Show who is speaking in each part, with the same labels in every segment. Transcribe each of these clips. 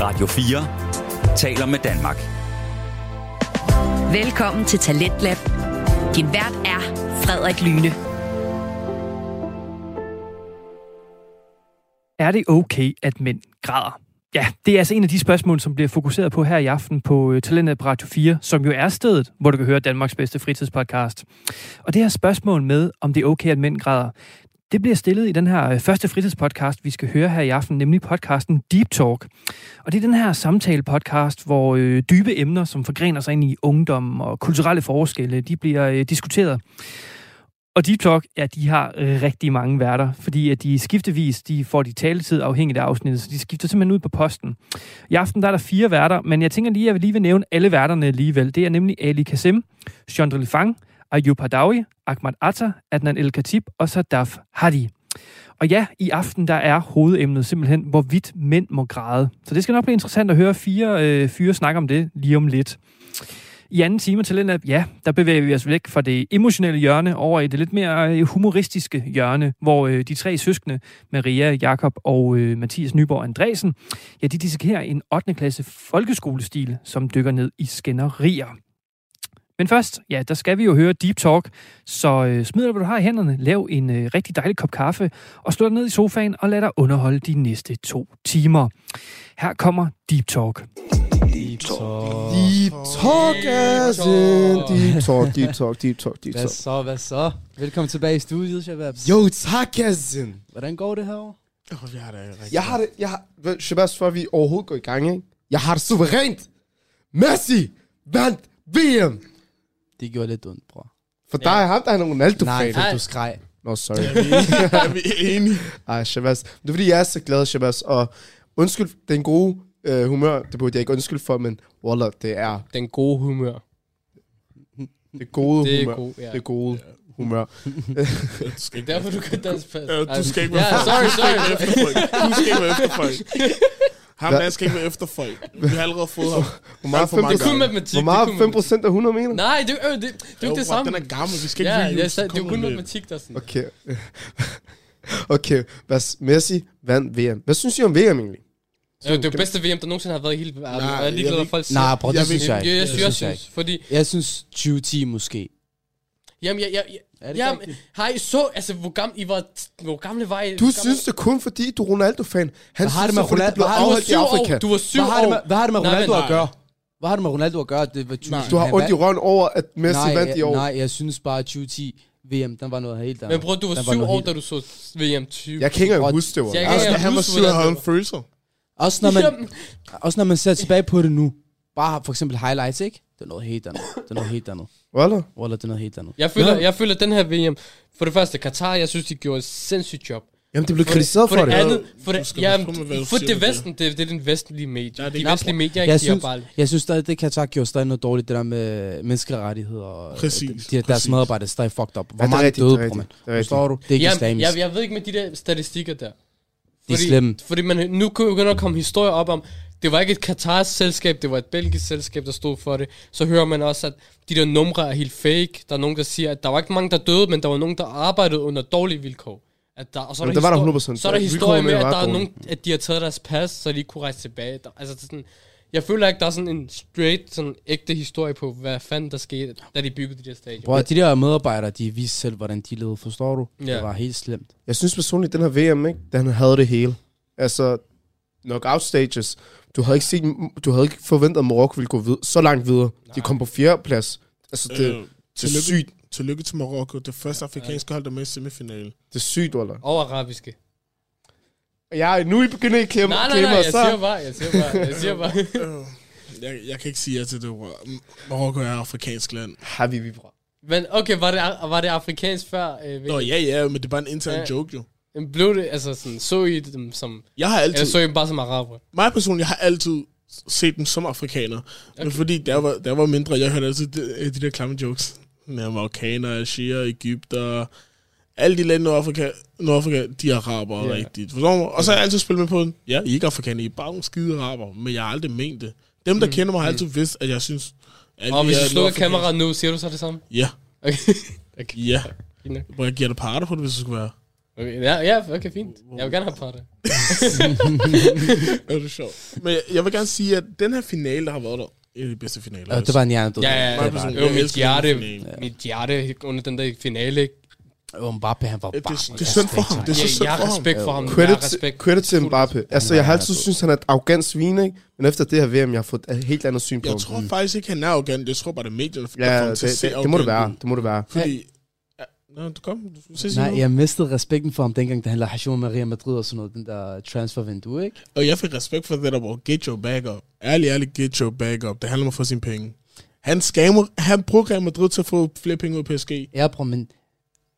Speaker 1: Radio 4 taler med Danmark.
Speaker 2: Velkommen til Talentlab. Din vært er Frederik Lyne.
Speaker 3: Er det okay, at mænd græder? Ja, det er altså en af de spørgsmål, som bliver fokuseret på her i aften på øh, Talentet på Radio 4, som jo er stedet, hvor du kan høre Danmarks bedste fritidspodcast. Og det her spørgsmål med, om det er okay, at mænd græder, det bliver stillet i den her øh, første fritidspodcast, vi skal høre her i aften, nemlig podcasten Deep Talk. Og det er den her samtale-podcast, hvor øh, dybe emner, som forgrener sig ind i ungdom og kulturelle forskelle, de bliver øh, diskuteret. Og Deep Talk, ja, de har øh, rigtig mange værter, fordi at de skiftevis, de får de taletid afhængigt af afsnittet, så de skifter simpelthen ud på posten. I aften der er der fire værter, men jeg tænker lige, at jeg vil lige vil nævne alle værterne alligevel. Det er nemlig Ali Kassem, Chandril Fang, Ayub Hadawi, Ahmad Atta, Adnan El Khatib og så Daf Hadi. Og ja, i aften der er hovedemnet simpelthen, hvorvidt mænd må græde. Så det skal nok blive interessant at høre fire øh, fyre snakke om det lige om lidt. I anden time af Talentlab, ja, der bevæger vi os væk fra det emotionelle hjørne over i det lidt mere øh, humoristiske hjørne, hvor øh, de tre søskende, Maria, Jakob og øh, Mathias Nyborg Andresen, ja, de dissekerer en 8. klasse folkeskolestil, som dykker ned i skænderier. Men først, ja, der skal vi jo høre Deep Talk, så øh, smid dig, hvad du har i hænderne, lav en øh, rigtig dejlig kop kaffe, og slå dig ned i sofaen og lad dig underholde de næste to timer. Her kommer Deep Talk.
Speaker 4: Deep talk, as in deep talk, deep talk, deep talk, deep
Speaker 5: Hvad
Speaker 4: talk.
Speaker 5: så, hvad så? Velkommen tilbage i studiet, Shababs.
Speaker 4: Jo tak, as in.
Speaker 5: Hvordan går det herovre?
Speaker 4: Jeg har det, jeg har, ved, Shabazz, før vi overhovedet går i gang, ikke? Jeg har det suverænt. Messi vandt VM.
Speaker 5: Det gjorde lidt ondt, bror.
Speaker 4: For der er ham, der er en
Speaker 5: Nej,
Speaker 4: Ronaldo-fan.
Speaker 5: det du skreg.
Speaker 4: Nå, sorry.
Speaker 6: Er vi enige?
Speaker 4: Ej, Shabazz. Det er fordi, jeg er så glad, Shabazz. Og undskyld, den gode øh, humør, det burde jeg ikke undskylde for, men Wallah, det er
Speaker 6: Den gode humør.
Speaker 4: det gode
Speaker 6: Det er
Speaker 4: humør.
Speaker 6: god, ja.
Speaker 4: Det gode humør.
Speaker 6: Det er derfor, du kan danse fast.
Speaker 7: Ja, du skal ikke være
Speaker 6: Ja, sorry, sorry.
Speaker 7: efter folk. Du skal ikke være efter folk. Ham
Speaker 4: Hvad?
Speaker 7: der skal ikke være efter folk. Vi har allerede fået ham.
Speaker 4: Hvor meget
Speaker 7: Alt for mange
Speaker 6: Det er kun
Speaker 4: 5%,
Speaker 6: matematik.
Speaker 4: hvor
Speaker 7: det er kun
Speaker 4: meget 5% af 100 mener?
Speaker 6: Nej, det, øh, det, det er jo ikke det
Speaker 7: Jo,
Speaker 6: samme.
Speaker 7: Den er gammel, vi skal
Speaker 6: Ja,
Speaker 7: ikke
Speaker 6: jeg
Speaker 7: reuse.
Speaker 6: sagde, det er jo
Speaker 7: Kom
Speaker 6: kun
Speaker 7: nu lidt.
Speaker 6: matematik, der er sådan.
Speaker 4: Okay. okay, hvad Messi vandt VM. Hvad synes I om VM egentlig?
Speaker 7: Ja,
Speaker 6: Det er jo det bedste VM, der nogensinde har været i hele verden.
Speaker 7: Nej,
Speaker 6: Og Jeg er ligeglad,
Speaker 7: jeg
Speaker 6: hvad folk siger.
Speaker 5: Nej, bror, det
Speaker 7: Jeg
Speaker 5: jeg
Speaker 7: ved
Speaker 5: synes jeg
Speaker 6: jeg,
Speaker 5: ikke.
Speaker 6: jeg, jeg,
Speaker 5: Det
Speaker 6: synes, jeg synes, fordi...
Speaker 5: Jeg synes 2010 måske.
Speaker 6: Jamen, jeg, jeg, jeg,
Speaker 5: Er det ikke
Speaker 6: jamen, har I så, altså, hvor gamle, I var, hvor gamle var
Speaker 4: Du
Speaker 6: I? hvor
Speaker 4: Gammel.
Speaker 6: gamle-
Speaker 4: synes det kun fordi, du er Ronaldo-fan. Han
Speaker 5: har det
Speaker 4: synes
Speaker 5: med
Speaker 4: det, fordi
Speaker 5: Ronaldo-
Speaker 4: det blev
Speaker 5: hvad har det med
Speaker 4: afholdt i
Speaker 6: syv år.
Speaker 4: Afrika.
Speaker 6: Du
Speaker 4: Du,
Speaker 6: var syv
Speaker 5: Hvad har, det med,
Speaker 6: år.
Speaker 5: hvad har det med
Speaker 6: Nej,
Speaker 5: Ronaldo
Speaker 6: men-
Speaker 5: at gøre? Hvad har det med Ronaldo at gøre? Det var 2010.
Speaker 4: du har ondt i røven over, at Messi
Speaker 5: nej,
Speaker 4: vandt i
Speaker 5: jeg-
Speaker 4: år.
Speaker 5: Nej, jeg synes bare, at 2010 VM, den var noget helt andet.
Speaker 6: Men bror, du var
Speaker 5: Den
Speaker 6: syv
Speaker 5: noget
Speaker 6: år,
Speaker 5: helt-
Speaker 6: da du så VM 20.
Speaker 4: Jeg kan ikke engang
Speaker 5: Og-
Speaker 4: huske det, var.
Speaker 6: Jeg
Speaker 7: Ja,
Speaker 6: kan
Speaker 7: altså,
Speaker 6: ikke
Speaker 7: han var
Speaker 6: huske,
Speaker 7: syg og
Speaker 6: hvordan
Speaker 7: havde
Speaker 6: det
Speaker 7: en følelse.
Speaker 5: Også når, man,
Speaker 6: Jamen.
Speaker 5: også når man ser tilbage på det nu. Bare for eksempel highlights, ikke? Det er noget helt andet. Det er noget helt andet.
Speaker 4: Wallah.
Speaker 5: Wallah, det er noget helt andet.
Speaker 6: Jeg føler, jeg føler, at den her VM, for det første, Katar, jeg synes, de gjorde et sindssygt job.
Speaker 4: Jamen, det blev kritiseret for,
Speaker 6: For det
Speaker 4: det.
Speaker 6: andet, for
Speaker 7: Du
Speaker 6: det,
Speaker 7: skal
Speaker 6: jamen,
Speaker 7: passe på med, hvad du
Speaker 6: for
Speaker 7: siger
Speaker 6: det
Speaker 7: med det.
Speaker 6: vesten, det, det er den vestlige medie.
Speaker 7: Ja, det er
Speaker 6: de
Speaker 7: ikke
Speaker 6: vestlige medier,
Speaker 5: Jeg
Speaker 6: ikke, de har
Speaker 5: synes,
Speaker 6: bare...
Speaker 5: jeg synes stadig, det Katar gjorde stadig noget dårligt, det der med menneskerettigheder og øh,
Speaker 7: Præcis,
Speaker 5: de, de, deres
Speaker 7: præcis.
Speaker 5: medarbejdere er stadig fucked up. Hvor
Speaker 4: Ja, det er
Speaker 5: mange
Speaker 4: rigtigt,
Speaker 5: døde,
Speaker 4: det er
Speaker 5: bror, man.
Speaker 4: rigtigt, det er rigtigt.
Speaker 5: Forstår du? Det er ikke
Speaker 6: Jamen,
Speaker 5: islamisk.
Speaker 6: jeg, jeg ved ikke med de der statistikker der.
Speaker 5: Det er slemme.
Speaker 6: Fordi man, nu begynder at komme historier op om, det var ikke et Katars selskab, det var et belgisk selskab, der stod for det. Så hører man også, at de der numre er helt fake. Der er nogen, der siger, at der var ikke mange, der døede, men der var nogen, der arbejdede under dårlige vilkår. At der, og så er
Speaker 4: Jamen, det var der
Speaker 6: histori-
Speaker 4: 100%.
Speaker 6: Så er der
Speaker 4: Vilkårene
Speaker 6: historie med, at
Speaker 4: var
Speaker 6: der er
Speaker 4: dårlige.
Speaker 6: nogen, at de har taget deres pas, så de ikke kunne rejse tilbage. Der, altså det er sådan, jeg føler ikke, der er sådan en straight, sådan ægte historie på, hvad fanden der skete, da de byggede de der stadion.
Speaker 5: Bror, de der medarbejdere, de viste selv, hvordan de levede, forstår du?
Speaker 6: Ja.
Speaker 5: Det var helt slemt.
Speaker 4: Jeg synes personligt, den her VM, ikke? Den havde det hele. Altså, knockout stages. Du havde ikke, set, du havde ikke forventet, at Marokko ville gå vid- så langt videre. De kom på fjerde plads. Altså, det,
Speaker 7: Øh,
Speaker 4: det er
Speaker 7: tillykke.
Speaker 4: sygt.
Speaker 7: Tillykke til Marokko, det første afrikanske hold, der er med i semifinalen.
Speaker 4: Det er sygt, Wallah.
Speaker 6: Og arabiske.
Speaker 4: Ja, nu er I begyndt at klemme,
Speaker 6: Nej, nej,
Speaker 4: klemme
Speaker 6: nej,
Speaker 4: og
Speaker 6: jeg
Speaker 4: så...
Speaker 6: siger bare, jeg siger bare, jeg siger bare.
Speaker 7: Øh, Jeg, jeg kan ikke sige ja til det ord. Marokko er et afrikansk land.
Speaker 4: Har vi, vi
Speaker 6: Men okay, var det, var det afrikansk før? Øh,
Speaker 7: Nå, ja, ja, men det er bare en intern
Speaker 6: Ja.
Speaker 7: joke, jo.
Speaker 6: Men Blev det, altså sådan, så I dem som,
Speaker 7: Jeg har altid...
Speaker 6: eller så I dem bare som araber?
Speaker 7: mig personligt, jeg har altid set dem som afrikanere. Okay. Men fordi der var, der var mindre, jeg hørte altid de, de der klamme jokes. Ja, marokkanere, algerer, Ægypter, alle de lande i Nordafrika, Nordafrika, de er araber yeah. rigtigt. Forstår du? Og så har jeg altid spillet med på den. Ja, I er ikke afrikanere, I er bare nogle skide araber, men jeg har aldrig ment det. Dem, der mm. kender mig, har altid vidst, at jeg synes... At
Speaker 6: Og
Speaker 7: vi
Speaker 6: hvis
Speaker 7: er
Speaker 6: du slukker
Speaker 7: nordafrikanske.
Speaker 6: kameraet nu, siger du så det samme?
Speaker 7: Ja,
Speaker 6: Okay.
Speaker 7: ja.
Speaker 6: Fint nok.
Speaker 7: Hvor jeg giver dig parter på det, hvis det skulle være.
Speaker 6: Okay, ja, ja, okay, fint. Jeg vil gerne have parter.
Speaker 7: Er det sjovt? Men jeg- jeg vil gerne sige, at den her finale, der har været der, en af de bedste finaler. altså,
Speaker 5: Ja, det var en hjernedød.
Speaker 6: Ja, ja, ja.
Speaker 5: Det
Speaker 6: Det
Speaker 5: var
Speaker 7: sådan-
Speaker 5: det.
Speaker 6: var
Speaker 7: Jeg
Speaker 6: mit
Speaker 7: elsker den
Speaker 6: hjerte,
Speaker 7: finale.
Speaker 6: mit hjerte under den der finale.
Speaker 5: Og Mbappe, han var
Speaker 7: Øh, det,
Speaker 5: bare...
Speaker 7: det, det er synd for ham. Det er
Speaker 6: Jeg,
Speaker 7: så synd
Speaker 6: jeg har
Speaker 7: for ham.
Speaker 6: respekt for ham. Jeg har
Speaker 4: Credit,
Speaker 6: respekt.
Speaker 4: credit til Mbappe. Altså, jeg har altid syntes, han er et arrogant svin, ikke? Men efter det her VM, jeg har fået et helt andet syn på
Speaker 7: Jeg
Speaker 4: ham.
Speaker 7: tror faktisk ikke, han er arrogant. Jeg tror bare, det er medierne, der får
Speaker 4: Ja,
Speaker 7: ham
Speaker 4: det,
Speaker 7: til at
Speaker 4: det,
Speaker 7: se
Speaker 4: det, det må det
Speaker 7: arrogant
Speaker 4: være.
Speaker 7: ud.
Speaker 4: Det må det være.
Speaker 7: Fordi... Ja, Nå, du kom. Du ses
Speaker 5: Nej,
Speaker 7: Nej,
Speaker 5: jeg mistede respekten for ham dengang, da han lavede Hashem Maria Madrid og sådan noget, den der transfervindue, ikke?
Speaker 7: Og jeg fik respekt for det der, hvor get your bag up. Ærlig, ærlig, get your bag up. Det handler om at få sine penge. Han, scammer, han bruger Real Madrid til at få flere penge ud af PSG.
Speaker 5: Ja, bror, men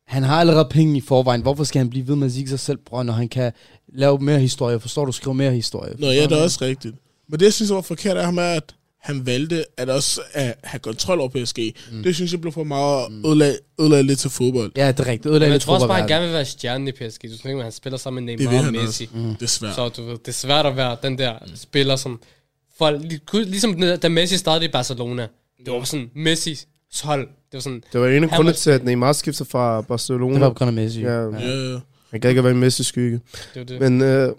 Speaker 5: han har allerede penge i forvejen. Hvorfor skal han blive ved med at sige sig selv, bror, når han kan lave mere historie? Forstår du? Skrive mere historie.
Speaker 7: Nå, ja, det er også rigtigt. Men det, jeg synes var forkert af ham, er, at han valgte at også at have kontrol over PSG. Mm. Det synes jeg blev for meget
Speaker 4: Mm.
Speaker 7: ødelagt, ødelagt lidt til fodbold.
Speaker 5: Ja, det er rigtigt. Ødelægge
Speaker 6: Men jeg
Speaker 5: lidt
Speaker 6: tror også bare, han
Speaker 5: fodboldverden.
Speaker 6: gerne vil være stjernen i PSG. Du tænker, han spiller sammen med
Speaker 7: Det vil
Speaker 6: Neymar og
Speaker 7: han
Speaker 6: Messi.
Speaker 7: også, mm. desværre.
Speaker 6: Så du ved, det er svært at være den der
Speaker 7: Mm.
Speaker 6: spiller, som folk, ligesom da Messi startede i Barcelona, det var sådan Messis hold. Det var sådan,
Speaker 4: Det var en af
Speaker 6: Han
Speaker 4: grunde
Speaker 6: var-
Speaker 4: til, at Neymar skifter fra Barcelona.
Speaker 5: Det var på grund af Messi.
Speaker 4: Ja,
Speaker 7: Ja,
Speaker 4: han kan ikke være en Messi-skygge.
Speaker 6: det var det.
Speaker 4: Men øh,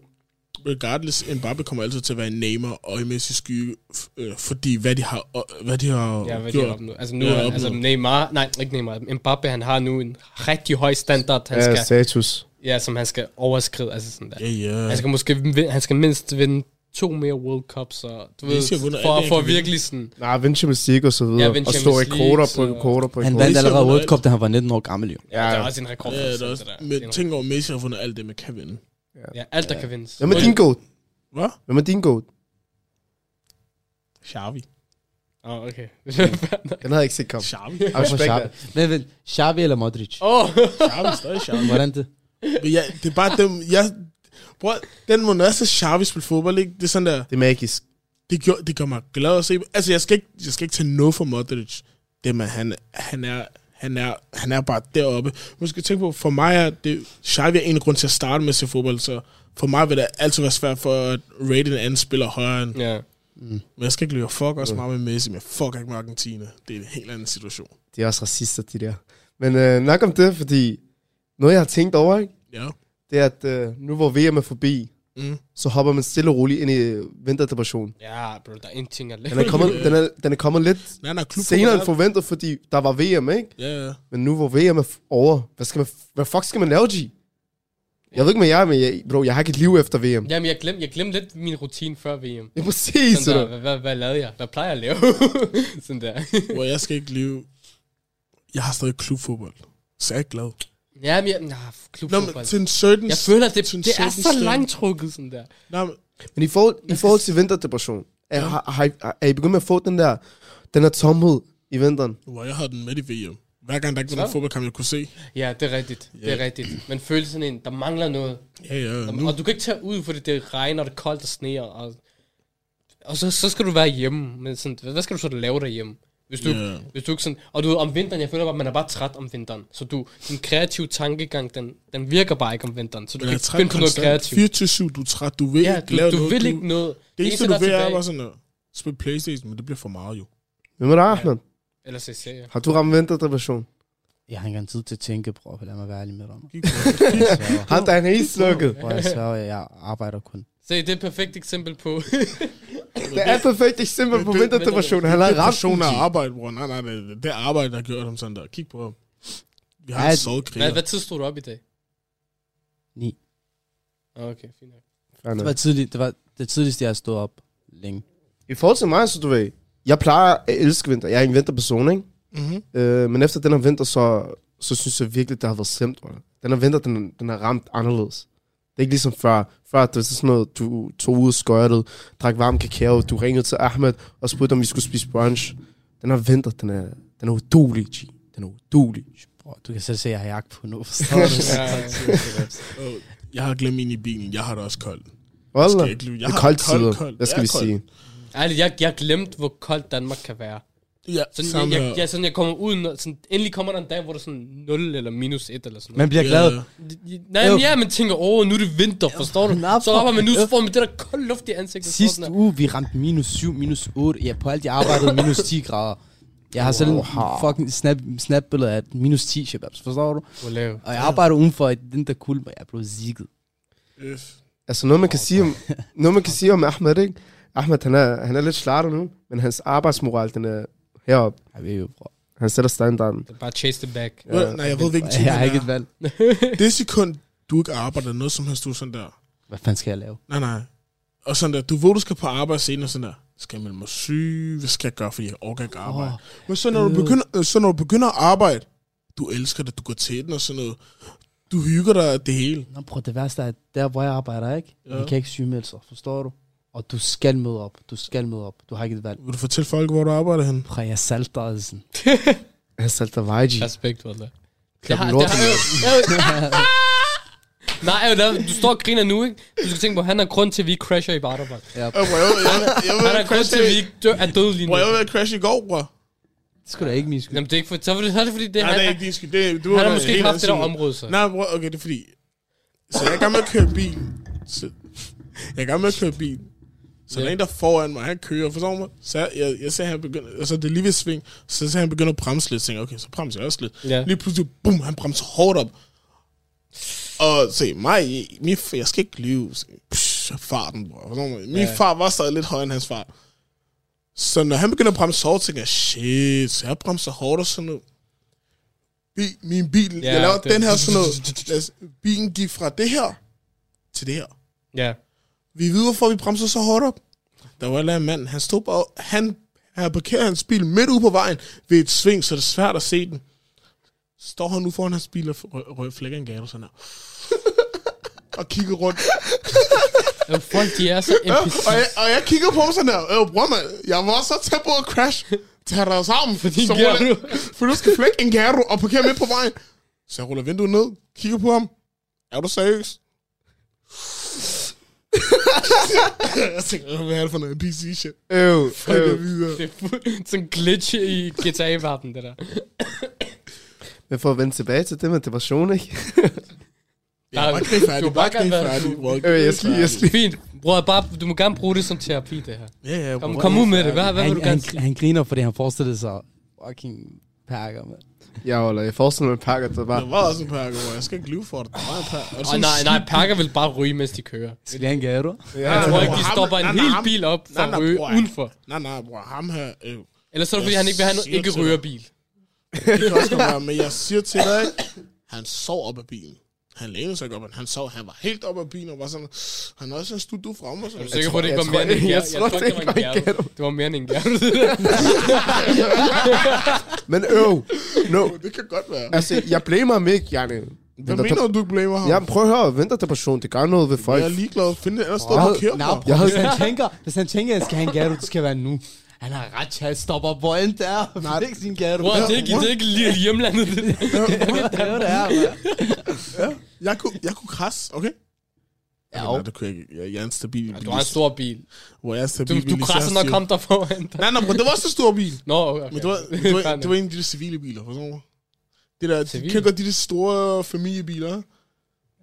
Speaker 7: regardless, Mbappe kommer altid til at være en Neymar og en Messi skygge, f- øh, fordi hvad de har, og- hvad de har
Speaker 6: Ja, hvad de har
Speaker 7: gjort.
Speaker 6: opnået. Altså nu
Speaker 7: Ja,
Speaker 6: er altså
Speaker 7: opnået.
Speaker 6: Neymar, nej, ikke Neymar, Mbappe, han har nu en rigtig høj standard, han
Speaker 4: ja,
Speaker 6: skal,
Speaker 4: status.
Speaker 6: ja, som han skal overskride, altså sådan der.
Speaker 7: Ja, ja.
Speaker 6: Han skal måske, vin- han skal mindst vinde to mere World Cups, og du ved,
Speaker 7: Messi har vundet
Speaker 6: for
Speaker 7: alle,
Speaker 6: at
Speaker 7: han
Speaker 6: få
Speaker 7: kan vinde.
Speaker 6: virkelig sådan,
Speaker 4: Nej, vinde Champions League og så
Speaker 6: Ja,
Speaker 4: videre.
Speaker 6: vinde
Speaker 4: og stå i
Speaker 6: Champions
Speaker 4: kvarter på
Speaker 6: League,
Speaker 4: en
Speaker 6: så-
Speaker 4: kvarter på en
Speaker 5: Han
Speaker 4: kvarter.
Speaker 5: vandt allerede
Speaker 7: Messi er
Speaker 5: World Cup, da han var 19 år gammel, jo.
Speaker 6: ja, der er også en rekord.
Speaker 7: Ja,
Speaker 6: for
Speaker 7: Altså, det er
Speaker 6: sådan
Speaker 7: også,
Speaker 6: der. Det er
Speaker 7: men tænk over, Messi har fundet alt det, man kan vinde.
Speaker 6: en- Ja, alt der kan vindes.
Speaker 4: Hvem er din goat?
Speaker 7: Hvad?
Speaker 4: Hvem er din goat?
Speaker 7: Xavi.
Speaker 6: Åh, oh, okay.
Speaker 4: Den havde jeg ikke set komme.
Speaker 7: Xavi.
Speaker 4: Jeg respekter
Speaker 5: Xavi. Men vent, Xavi eller Modric?
Speaker 6: Åh,
Speaker 7: Xavi, stadig Xavi.
Speaker 5: Hvordan det?
Speaker 7: Men ja, det er bare dem, jeg... Bror, den må også Xavi spille fodbold, ikke? Det er sådan der,
Speaker 4: Det er magisk.
Speaker 7: det gør, det gør mig glad at se. Altså, jeg skal ikke, jeg skal ikke tage noget for Modric. Det med, han, han, er, han, er, han er bare deroppe. Man skal tænke på, for mig er det... Xavi er en af grunden til at starte med at se fodbold, så for mig vil det altid være svært for at rate en anden spiller højere end.
Speaker 6: ja.
Speaker 7: Men jeg skal ikke løbe fuck
Speaker 4: Mm.
Speaker 7: også meget med Messi, men fuck ikke med Argentina. Det er en helt anden situation.
Speaker 4: De er også racister, de der. Men øh, nok om det, fordi noget, jeg har tænkt over, ikke?
Speaker 7: Ja.
Speaker 4: det er, at øh, nu hvor VM er forbi,
Speaker 7: Mm.
Speaker 4: så hopper man stille og roligt ind i øh, vinterdepressionen.
Speaker 6: Ja, bro, der er ingenting at
Speaker 4: Den er kommet, den er, den er kommet lidt
Speaker 7: Nej, nej, klub
Speaker 4: senere end forventet, fordi der var VM, ikke?
Speaker 7: Ja, ja.
Speaker 4: Men nu hvor VM er f- over, hvad, skal man, f- hvad fuck skal man lave, G? Jeg ved ikke med jer, men jeg, bro, jeg har ikke et liv efter VM. Ja.
Speaker 6: Jamen, jeg glemte, jeg glemte lidt min rutine før VM.
Speaker 4: Det er præcis
Speaker 6: Sådan
Speaker 4: det.
Speaker 6: der, hvad, hvad, hvad lavede jeg? Hvad plejer jeg at lave? sådan der.
Speaker 7: Hvor jeg skal ikke leve... Jeg har stadig klubfodbold. Så jeg er ikke glad.
Speaker 6: ja, men jeg, nah, klub
Speaker 7: Nå, men til en certain...
Speaker 6: Jeg føler, det,
Speaker 7: til en
Speaker 6: det er
Speaker 7: certain
Speaker 6: så
Speaker 7: sted.
Speaker 6: langtrukket sådan der.
Speaker 7: Nej, men,
Speaker 4: Men i forhold, i forhold til vinterdepression, er, har, har, har- er I begyndt med at få den der, den der tomhed i vinteren?
Speaker 7: hvor jeg havde den med i VM. Hver gang der ikke var nogen
Speaker 6: Så?
Speaker 7: fodboldkamp, jeg kunne se.
Speaker 6: Ja, det er rigtigt. Det er rigtigt. Man føler sådan en, der mangler noget.
Speaker 7: Ja, ja.
Speaker 6: Nu.
Speaker 7: Nu,
Speaker 6: Og du kan ikke tage ud, fordi det regner, og det er koldt og sneer. Og, og så, så skal du være hjemme. Men sådan, hvad hvad skal du så lave derhjemme? Hvis du,
Speaker 7: Ja.
Speaker 6: yeah. hvis du ikke sådan... Og du ved, om vinteren, jeg føler bare, at man er bare træt om vinteren. Så du, din kreative tankegang, den, den virker bare ikke om vinteren. Så du
Speaker 7: men jeg
Speaker 6: kan
Speaker 7: er
Speaker 6: ikke
Speaker 7: træt
Speaker 6: finde på noget
Speaker 7: konstant.
Speaker 6: kreativt.
Speaker 7: 24-7, du er træt. Du vil
Speaker 6: Ja,
Speaker 7: ikke
Speaker 6: du,
Speaker 7: lave
Speaker 6: du
Speaker 7: noget.
Speaker 6: vil ikke noget.
Speaker 7: Det eneste, du
Speaker 6: der er
Speaker 7: vil, er
Speaker 6: tilbage-
Speaker 7: bare sådan at spille Playstation, men det bliver for meget jo.
Speaker 4: Hvem er der, Ahmed?
Speaker 6: Eller se serier.
Speaker 4: Har du ramt vinterdepression?
Speaker 5: Jeg har ikke engang tid til at tænke, bror. Lad mig være ærlig med dig. mand.
Speaker 7: Gik på-
Speaker 5: Jeg sværger.
Speaker 4: Har der en helt slukket?
Speaker 5: Bror, jeg sværger, øh, jeg arbejder kun.
Speaker 6: Se, det er et perfekt eksempel på...
Speaker 4: Det er et perfekt eksempel på
Speaker 7: Det- det-
Speaker 4: vinterdepression. Han har
Speaker 7: Det er
Speaker 4: ramt den,
Speaker 7: personer
Speaker 4: G.
Speaker 7: af arbejde, bror. Nej, nej, nej. Det er arbejde, der gør dem sådan der. Kig på ham. Vi har
Speaker 5: Ja,
Speaker 7: en
Speaker 5: det-
Speaker 6: hvad,
Speaker 7: sovekrig.
Speaker 6: hvad tid stod du op i dag? Ah,
Speaker 5: Ni.
Speaker 6: Okay, fint. nok.
Speaker 4: Ja, nej.
Speaker 5: Det var, tidligt, det var det tidligste, jeg har stået op længe.
Speaker 4: I forhold til mig, så du ved, jeg plejer at elske vinter. Jeg er en vinterperson, ikke?
Speaker 7: Mhm.
Speaker 4: Øh, men efter den her vinter, så, så synes jeg virkelig, det har været slemt. Eller? Den her vinter, den, den har ramt anderledes. Det er ikke ligesom før. Før, det var sådan noget, du tog ud og skøjtede, drak varm kakao, du ringede til Ahmed og spurgte, om vi skulle spise brunch. Den her vinter, den er, den er udulig, G. Den er udulig.
Speaker 5: Bror, du kan selv se, at jeg har jakke på nu. Forstår du?
Speaker 7: Åh, Jeg har glemt min i bilen. Jeg har det også koldt.
Speaker 4: Wallah.
Speaker 7: Skal jeg
Speaker 4: Det
Speaker 7: ikke lyve. Jeg
Speaker 4: er
Speaker 7: har
Speaker 4: koldt
Speaker 7: kold-
Speaker 4: tider.
Speaker 7: kold.
Speaker 4: Hvad skal
Speaker 7: Jeg
Speaker 4: vi
Speaker 7: er kold.
Speaker 4: sige?
Speaker 6: Ærligt, jeg, jeg glemte, hvor koldt Danmark kan være.
Speaker 7: Ja,
Speaker 6: Sådan,
Speaker 7: samme
Speaker 6: jeg,
Speaker 7: her.
Speaker 6: jeg, jeg, sådan, jeg kommer ud, når, sådan, endelig kommer der en dag, hvor der er sådan 0 eller minus 1 eller sådan
Speaker 5: Man
Speaker 6: noget.
Speaker 5: bliver glad.
Speaker 7: Ja.
Speaker 6: Men, Nej, men ja, man tænker, åh, oh, nu er det vinter, forstår du?
Speaker 5: nej,
Speaker 6: Så hopper
Speaker 5: for-
Speaker 6: man nu, så får man det der kold luft i ansigtet.
Speaker 5: Sidste
Speaker 6: sådan der.
Speaker 5: uge, vi ramte minus 7, minus 8. Ja, på alt, jeg arbejdede minus 10 grader. Jeg har selv
Speaker 4: Wow.
Speaker 5: en fucking snap, snapbillede af minus 10 shababs, forstår du?
Speaker 6: Wow.
Speaker 5: Og jeg arbejder udenfor i den der kulde, hvor jeg er blevet zigget.
Speaker 7: Øf.
Speaker 4: Altså noget, man kan, sige om, noget, man kan sige om Ahmed, ikke? Ahmed, han er, han er lidt slatter nu, men hans arbejdsmoral, den er heroppe.
Speaker 5: Jeg ved jo, bror.
Speaker 4: Han sætter standarden.
Speaker 6: Bare chase the back.
Speaker 7: Ja, Nej, jeg ved hvilken ting
Speaker 5: Jeg har
Speaker 7: han
Speaker 5: ikke et
Speaker 7: er.
Speaker 5: valg.
Speaker 7: Det sekund, du ikke arbejder noget som helst, du er sådan der.
Speaker 5: Hvad fanden skal jeg lave?
Speaker 7: Nej, nej. Og sådan der, du ved, du skal på arbejde senere, sådan der. Skal jeg melde mig syg? Hvad skal jeg gøre, fordi jeg orker ikke arbejde?
Speaker 5: Åh,
Speaker 7: Men så når, du
Speaker 5: øh.
Speaker 7: begynder, øh, så når du begynder at arbejde, du elsker det, du går til den og sådan noget. Du hygger dig det hele.
Speaker 5: Nå, bror, det værste er, at der hvor jeg arbejder, ikke?
Speaker 7: Ja.
Speaker 5: Ja. kan ikke sygemelde sig, forstår du? Og du skal møde op, du skal møde op. Du har ikke et valg.
Speaker 7: Vil du fortælle folk, hvor du arbejder henne?
Speaker 5: Bror, jeg salter altså. sådan.
Speaker 4: Han salter Vajji.
Speaker 6: Respekt, Wallah. Det
Speaker 4: Klap
Speaker 6: har,
Speaker 4: i
Speaker 6: det
Speaker 4: lorten,
Speaker 6: har, jeg, jeg, Nej, jeg, der, du står og griner nu, ikke? Du skal tænke på, han er grund til, at vi crasher i Barterbank.
Speaker 7: Øh, bro, jeg, jeg, jeg,
Speaker 6: Han er grund til, at vi ikke dø, er døde lige nu.
Speaker 7: Bro, jeg var ved at crash i går, bro.
Speaker 5: Det skulle da ikke min skyld.
Speaker 6: Jamen, det er ikke for, så er det, så er det fordi, det,
Speaker 7: Nej, det er
Speaker 6: han,
Speaker 7: ikke din skyld. Det, du
Speaker 6: han
Speaker 7: da
Speaker 6: har måske
Speaker 7: helt
Speaker 6: ikke haft det
Speaker 7: anden
Speaker 6: der
Speaker 7: side.
Speaker 6: område, så.
Speaker 7: Nej, bro, okay, det er fordi... Så jeg er i gang med at køre bil. Så, jeg er i gang med at køre bil. Så der er
Speaker 6: Ja.
Speaker 7: en, der foran mig, han kører, forstår du mig? Så jeg, jeg, jeg ser, han begynder, altså det er lige ved sving, så ser han begynder at bremse lidt, så tænker jeg, okay, så bremser jeg også lidt.
Speaker 6: Ja.
Speaker 7: Lige pludselig, bum, han bremser hårdt op. Og se, mig, min, jeg skal ikke lyve. Se, psh, farten, bro. Forstår du mig? Min ja. far var stadig lidt højere end hans far. Så når han begynder at bremse hårdt, tænker jeg, shit, så jeg bremser hårdt og sådan noget. Bi- min bil,
Speaker 6: Ja,
Speaker 7: ja, jeg laver
Speaker 6: det-
Speaker 7: det. den her sådan noget. Lad os- Bilen gik fra det her til det her.
Speaker 6: Ja.
Speaker 7: Vi ved, hvorfor vi bremser så hårdt op. Der var en eller anden mand, han stod bare, han havde parkeret hans bil midt ude på vejen ved et sving, så det er svært at se den. Står han nu foran hans bil og f- rø- rø- flækker en gave sådan her. og kigger rundt.
Speaker 6: Jamen, folk, de er så
Speaker 7: Ja,
Speaker 6: NPC.
Speaker 7: og, jeg, og jeg kigger på ham sådan her. Øh, bror, mand, jeg var så tæt på at crash. Tag dig sammen. Fordi
Speaker 6: en Gero.
Speaker 7: For du skal flække en garo og parkere midt på vejen. Så jeg ruller vinduet ned, kigger på ham. Er du seriøs? jeg tænker, "Øh, hvad er det for noget PC shit?
Speaker 4: Øv,
Speaker 7: Fuck, jeg
Speaker 6: Øh,
Speaker 4: øv.
Speaker 7: videre.
Speaker 6: Det er fu- sådan en glitch i GTA-verden, det der.
Speaker 4: Men for at vende tilbage til det med depression, ikke?
Speaker 7: Jeg var ikke rigtig færdig.
Speaker 6: Du
Speaker 7: Jeg var ikke
Speaker 6: bare
Speaker 7: rigtig
Speaker 6: gerne
Speaker 7: færdig,
Speaker 6: være-
Speaker 7: bror.
Speaker 4: Øh, jeg skal lige, jeg skal lige.
Speaker 6: Fint. Bror, bare, du må gerne bruge det som terapi, det her.
Speaker 7: Ja, ja,
Speaker 6: Kom, kom ud med det. Hvad, hvad vil
Speaker 5: Han,
Speaker 6: du gerne
Speaker 5: han,
Speaker 6: sige?
Speaker 5: han, griner, fordi han forestillede sig fucking perker, mand.
Speaker 4: Jeg holder, jeg forestiller mig en pakker, der
Speaker 7: Der
Speaker 4: bare...
Speaker 7: var også en pakke, bror. Jeg skal ikke lyve for dig. Der var en pakke. Og
Speaker 6: Åh, nej, nej, pakker vil bare ryge, mens de kører.
Speaker 5: Skal jeg have en gave, du?
Speaker 6: Jeg tror ikke,
Speaker 7: bror,
Speaker 6: de
Speaker 7: ham-
Speaker 6: stopper en
Speaker 7: nej, nej,
Speaker 6: hel
Speaker 7: ham-
Speaker 6: bil op for
Speaker 7: nej,
Speaker 6: at
Speaker 7: nej,
Speaker 6: ryge
Speaker 7: bror.
Speaker 6: udenfor.
Speaker 7: Nej, nej, bror. Ham her... Øh,
Speaker 6: Eller så er det, fordi
Speaker 7: Jeg
Speaker 6: han ikke vil have en
Speaker 7: siger
Speaker 6: ikke
Speaker 7: til dig.
Speaker 6: ryger bil.
Speaker 7: Det kan også godt være, men jeg siger til dig, ikke? han sov op ad bilen. Han lænede sig ikke op, men han sov, han var helt op ad bilen og var sådan, han har også en studio fremme og sådan.
Speaker 6: Jeg er sikker på,
Speaker 4: tror-
Speaker 6: at det ikke
Speaker 4: jeg
Speaker 6: var
Speaker 4: tror-
Speaker 6: mere end en
Speaker 4: jeg
Speaker 6: gær.
Speaker 4: tror,
Speaker 6: Jeg tror ikke,
Speaker 4: det
Speaker 6: det var en
Speaker 4: ikke var en
Speaker 6: gær. Det var mere end en gær. det der.
Speaker 4: Men øv, no.
Speaker 7: Det kan godt være.
Speaker 4: Altså, jeg blamer ham ikke, Janne.
Speaker 7: Hvad mener du, du ikke blamer ham?
Speaker 4: Ja, prøv at høre, vinterdepression, det gør noget ved folk.
Speaker 7: jeg er ligeglad. Find det andet sted,
Speaker 4: Bror,
Speaker 7: du kører
Speaker 5: Nå,
Speaker 7: mig.
Speaker 5: bror, hvis han tænker, hvis han tænker, at han skal have en gave, det skal være nu. Han har ret til at stoppe op, hvor end det er. Nej, det er ikke sin gave.
Speaker 6: Bror, det er ikke, det er ikke lige hjemlandet. Det der.
Speaker 5: det er, mand.
Speaker 7: Jeg kunne, jeg kunne krasse, okay?
Speaker 5: Ja,
Speaker 7: Okay,
Speaker 5: og-
Speaker 7: nej, det kunne jeg ikke. Jeg, jeg er en stabil bilist.
Speaker 6: Du har en stor bil.
Speaker 7: Hvor jeg er en
Speaker 6: Du,
Speaker 7: stabil
Speaker 6: du
Speaker 7: bilist,
Speaker 6: krasser
Speaker 7: jeg
Speaker 6: nok
Speaker 7: styrer.
Speaker 6: kom der foran dig.
Speaker 7: Nej, nej, bro, det var også en stor bil.
Speaker 6: Nå, okay.
Speaker 7: Men det var, det var, det var en af de der civile biler, for sådan Det der, de
Speaker 6: Civile?
Speaker 7: kan godt de der store familiebiler.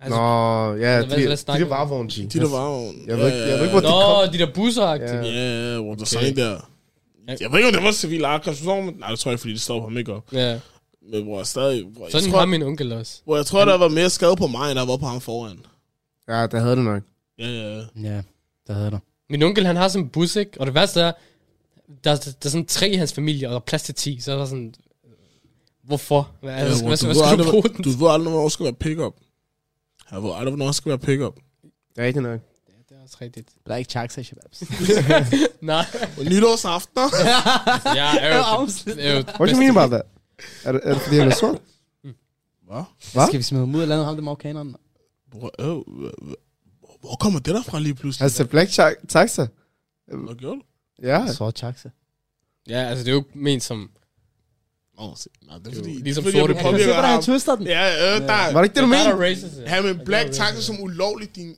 Speaker 6: Altså,
Speaker 4: Nå, ja,
Speaker 6: hvad-
Speaker 4: de,
Speaker 6: hvad
Speaker 4: de, der
Speaker 6: snakker vi om?
Speaker 4: varvogne, G.
Speaker 7: De der var jo...
Speaker 4: Jeg ved ikke- jeg ved ikke, hvor
Speaker 6: Nå,
Speaker 4: de kom.
Speaker 6: de der busser
Speaker 4: Ja.
Speaker 6: ja.
Speaker 7: Ja, hvor der
Speaker 6: Okay.
Speaker 7: sådan en der... Jeg ved ikke, om det var civil arkivsform. Nej, det tror jeg, ikke, fordi det står på makeup.
Speaker 6: ja.
Speaker 7: Men hvor jeg stadig... Hvor jeg,
Speaker 6: Sådan
Speaker 7: tror,
Speaker 6: har min onkel også.
Speaker 7: hvor jeg tror, der var mere skade på mig, end der var på ham foran.
Speaker 4: Ja, der havde det nok.
Speaker 7: Ja, ja. ja.
Speaker 5: Ja, der hedder der.
Speaker 6: Min onkel, han har sådan en bus, ikke? Og det værste er, der, der, der er sådan tre i hans familie, og der er plads til ti. Så er der sådan, hvorfor? Hvad, ja,
Speaker 7: Ja,
Speaker 6: Altså, hvad,
Speaker 7: hvor
Speaker 6: hvad,
Speaker 7: du
Speaker 6: hvad,
Speaker 7: ved
Speaker 6: skal du
Speaker 7: aldrig,
Speaker 6: bruge den?
Speaker 7: Du ved aldrig, hvornår der skal være pick-up. Jeg ved aldrig, hvornår der skal være pick-up.
Speaker 4: Det er rigtigt nok.
Speaker 6: Det er også rigtigt.
Speaker 5: Der er ikke chaksa, shababs.
Speaker 6: Nej.
Speaker 7: Og nytårsaftener.
Speaker 6: Ja, er
Speaker 5: Det
Speaker 6: jo,
Speaker 5: var
Speaker 6: det,
Speaker 5: afsnit.
Speaker 6: er jo
Speaker 4: What do you mean about that? Er det, er det fordi, han er sort?
Speaker 7: Hvad?
Speaker 4: Hva?
Speaker 5: Skal vi smide ham ud af landet, ham dem afkaneren?
Speaker 7: Bror, øh, øh, Hvor kommer det der fra lige pludselig?
Speaker 4: Han ser Altså, black cha- taxa.
Speaker 7: Hvad gjorde du?
Speaker 4: Ja.
Speaker 5: Så chaksa.
Speaker 6: Ja, altså det er jo ikke ment som...
Speaker 7: Nå, se, nej, det er fordi...
Speaker 6: Ligesom
Speaker 7: det er fordi, jeg
Speaker 5: Jeg
Speaker 7: blev
Speaker 6: sorte Prøv
Speaker 5: kan se,
Speaker 6: lige
Speaker 7: påvirket af
Speaker 5: hvordan
Speaker 7: ham.
Speaker 5: han twister den.
Speaker 7: Ja, øh, der...
Speaker 4: Var det ikke det, du
Speaker 6: Der
Speaker 4: mente?
Speaker 6: er racist, ja.
Speaker 7: Have med black taxa som ulovligt din...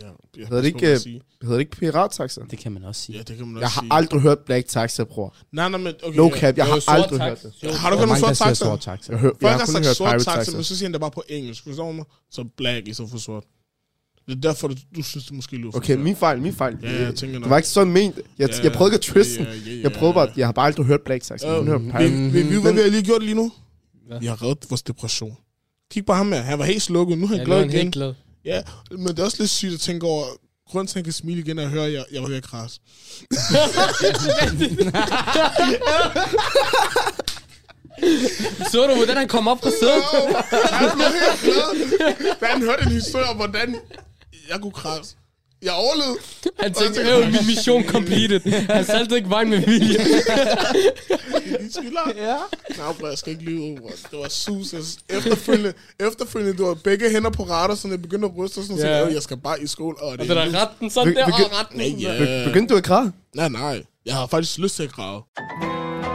Speaker 7: Ja, jeg
Speaker 4: Hedder det ikke,
Speaker 7: skal
Speaker 4: øh,
Speaker 7: sige.
Speaker 4: Hedder det ikke pirattaxa?
Speaker 5: Det kan man også sige.
Speaker 7: Ja, det kan man også
Speaker 4: Jeg har
Speaker 7: sige.
Speaker 4: aldrig hørt black taxa, bror.
Speaker 7: Nej, nej, men... Okay,
Speaker 4: No
Speaker 7: ja.
Speaker 4: cap, jeg har aldrig hørt det.
Speaker 7: Har
Speaker 5: Der
Speaker 7: du hørt
Speaker 5: er
Speaker 7: om
Speaker 5: mange,
Speaker 7: sort
Speaker 5: der siger
Speaker 7: taxa?
Speaker 5: sort taxa.
Speaker 4: Jeg, hør, jeg
Speaker 7: Folk
Speaker 4: har
Speaker 7: har
Speaker 4: kun
Speaker 7: sagt
Speaker 4: hørt
Speaker 7: sort
Speaker 4: pirate
Speaker 7: taxa,
Speaker 4: taxa.
Speaker 7: men så siger han det bare på engelsk. Forstår du mig? Så black i stedet for sort. Det er derfor, du, du synes, det måske lyder
Speaker 4: Okay,
Speaker 7: forkert.
Speaker 4: min fejl, min fejl.
Speaker 7: Ja, jeg tænker nok.
Speaker 4: det var ikke sådan ment. Jeg,
Speaker 7: Ja,
Speaker 4: jeg prøvede ikke at triste den.
Speaker 7: ja, ja, ja.
Speaker 4: Jeg prøvede bare, jeg har bare aldrig hørt Black Saxon.
Speaker 7: Ja,
Speaker 4: Hun hører
Speaker 7: Øhm, vi,
Speaker 4: Pine.
Speaker 7: vi, vi, ved,
Speaker 4: Men-
Speaker 7: vi har lige gjort det lige nu.
Speaker 6: Hvad?
Speaker 7: Vi har reddet vores depression. Kig på ham her. Han var helt slukket. Nu er han
Speaker 6: Jeg
Speaker 7: glad
Speaker 6: er
Speaker 7: igen.
Speaker 6: helt glad.
Speaker 7: Ja, men det er også lidt sygt at tænke over, grunden til, at han kan smile igen, er at høre, at jeg, jeg var ved at krasse.
Speaker 6: Så du, hvordan han kom op fra sædet?
Speaker 7: Han blev helt glad, da han hørte en historie om, hvordan jeg kunne krasse. Jeg overlevede.
Speaker 6: Han tænkte, at min mission completed. Han saltede ikke vejen med vilje.
Speaker 7: I tvivler? Ja. Nej, bro, jeg skal ikke lyve. Bro. Det var sus. Altså, Efterfølgende, efterfølgende, du var begge hænder på rattet, så jeg begyndte at ryste, og sådan
Speaker 6: Ja.
Speaker 7: yeah. tænkte, "Øh, jeg skal bare i skole. Og
Speaker 6: Og
Speaker 7: det
Speaker 6: det
Speaker 7: er
Speaker 6: der
Speaker 7: nu.
Speaker 6: retten, sådan
Speaker 4: Vi-
Speaker 6: der,
Speaker 4: vi
Speaker 6: og
Speaker 4: kan-
Speaker 6: retten.
Speaker 7: Nej, ja.
Speaker 4: Be- Begyndte du at græde?
Speaker 7: nej, nej. Jeg har faktisk lyst til at græde.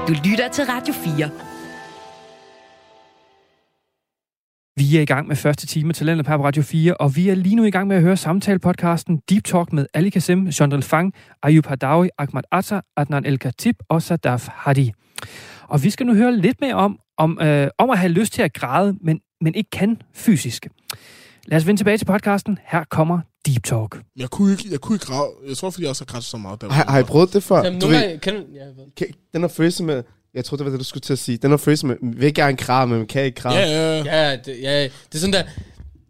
Speaker 2: Du lytter til Radio 4.
Speaker 3: Vi er i gang med første time til landet på Radio 4, og vi er lige nu i gang med at høre samtalepodcasten Deep Talk med Ali Kasem, Jean Fang, Ayub Hadawi, Ahmad Atta, Adnan El Khatib og Sadaf Hadi. Og vi skal nu høre lidt mere om, om, øh, om at have lyst til at græde, men, men ikke kan fysisk. Lad os vende tilbage til podcasten. Her kommer Deep Talk.
Speaker 7: Men Jeg kunne ikke, jeg kunne ikke græde. Jeg tror, fordi jeg også har grædt så meget. Der
Speaker 4: Har, har I prøvet det før?
Speaker 6: Jamen,
Speaker 4: Du
Speaker 6: nogle
Speaker 4: ved,
Speaker 6: gange, kan du... Ja, hvad?
Speaker 4: kan- den her følelse med, jeg troede, det var det, du skulle til at sige. Den her følelse med, vi vil gerne kramme, men man kan ikke kramme.
Speaker 7: Ja, ja, ja.
Speaker 6: Ja, det, ja, det er sådan der...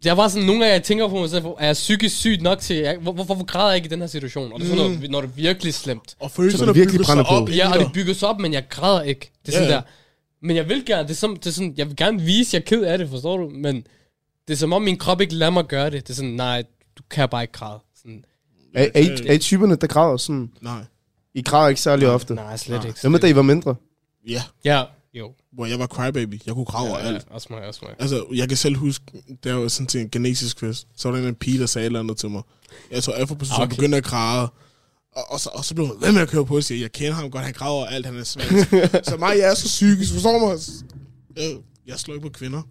Speaker 6: Jeg var sådan, nogle gange, jeg tænker på mig selv, er jeg psykisk syg nok til... Jeg, hvor, hvor- hvorfor græder jeg ikke i den her situation? Og det er sådan
Speaker 7: Mm.
Speaker 6: noget, når det er virkelig slemt.
Speaker 7: Og
Speaker 4: Så
Speaker 7: følelserne
Speaker 4: det virkelig
Speaker 7: bygger sig
Speaker 4: brænder på.
Speaker 7: op. i
Speaker 6: Ja, og
Speaker 7: dig.
Speaker 6: det bygger sig op, men jeg græder ikke. Det
Speaker 7: Ja,
Speaker 6: er sådan
Speaker 7: ja.
Speaker 6: der... Men jeg vil gerne, det er, som, det er sådan, jeg vil gerne vise, jeg er ked af det, forstår du? Men det er som om, min krop ikke lader mig gøre det. Det er sådan, nej, du kan bare ikke græde. Sådan,
Speaker 4: Er, er, I, er I typerne, der græder sådan?
Speaker 7: Nej.
Speaker 4: I græder ikke særlig ofte.
Speaker 6: nej, slet ikke.
Speaker 4: Hvem er da I var mindre?
Speaker 7: Ja,
Speaker 6: Ja, jo.
Speaker 7: hvor jeg var crybaby. Jeg kunne grave over
Speaker 6: Ja, ja,
Speaker 7: alt.
Speaker 6: også mig, også mig.
Speaker 7: Altså, jeg kan selv huske, der var sådan til en genetisk quiz. Så var der en eller anden pige, der sagde et eller andet til mig. Jeg tog alfa på så
Speaker 6: Okay.
Speaker 7: okay. begyndte at græde. Og, og, så, og så blev hun ved med at køre på og sige, jeg kender ham godt, han græder over alt, han er svensk. så mig, jeg er så psykisk, forstår du mig? Jeg, jeg slår ikke på kvinder.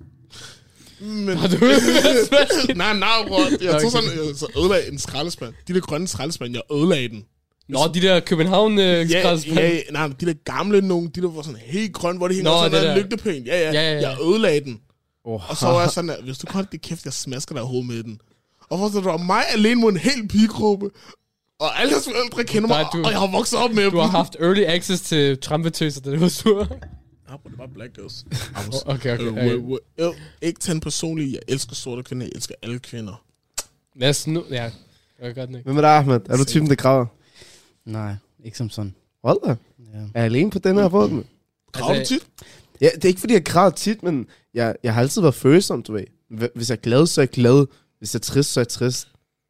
Speaker 7: Men...
Speaker 6: Har du hørt
Speaker 7: nej, nej, bror. Jeg
Speaker 6: Okay.
Speaker 7: tog sådan, jeg så ødelagde en skraldespand. De der grønne skraldespand, jeg ødelagde den.
Speaker 6: Nå, de der københavn øh,
Speaker 7: Ja,
Speaker 6: skraldespande.
Speaker 7: ja, ja, nej, men de der gamle nogen, de der var sådan helt grønne, hvor det hænger
Speaker 6: Nå,
Speaker 7: sådan
Speaker 6: det
Speaker 7: der
Speaker 6: der.
Speaker 7: lygtepæn. Ja ja,
Speaker 6: Ja, ja, ja.
Speaker 7: jeg ødelagde den.
Speaker 4: Oh,
Speaker 7: Og så var jeg sådan, at, hvis du kan holde det kæft, jeg smasker dig i hovedet med den. Og forstår du, og mig alene mod en hel pigegruppe. Og alle deres forældre kender mig,
Speaker 6: Nej, du-
Speaker 7: og jeg har vokset op med
Speaker 6: Du har haft early access til trampetøser, da det var sur.
Speaker 7: Ja, Ah, det var black girls.
Speaker 6: Okay, okay.
Speaker 7: Øh,
Speaker 6: okay.
Speaker 7: øh, øh, øh, ikke tænd personligt, jeg elsker sorte kvinder, jeg elsker alle kvinder.
Speaker 6: Lad os nu... Ja, det var godt nok.
Speaker 4: Hvem er der, Ahmed? Er du typen, der græder?
Speaker 5: Nej, ikke som sådan.
Speaker 4: Hold da.
Speaker 5: Ja.
Speaker 4: Er jeg alene på den her båd? mand?
Speaker 7: Graver du
Speaker 6: Altså,
Speaker 7: tit?
Speaker 4: Ja, det er ikke, fordi jeg græder tit, men jeg, jeg har altid været følsom, du ved. Hv- Hvis jeg er glad, så er jeg glad. Hvis jeg er trist, så er jeg trist.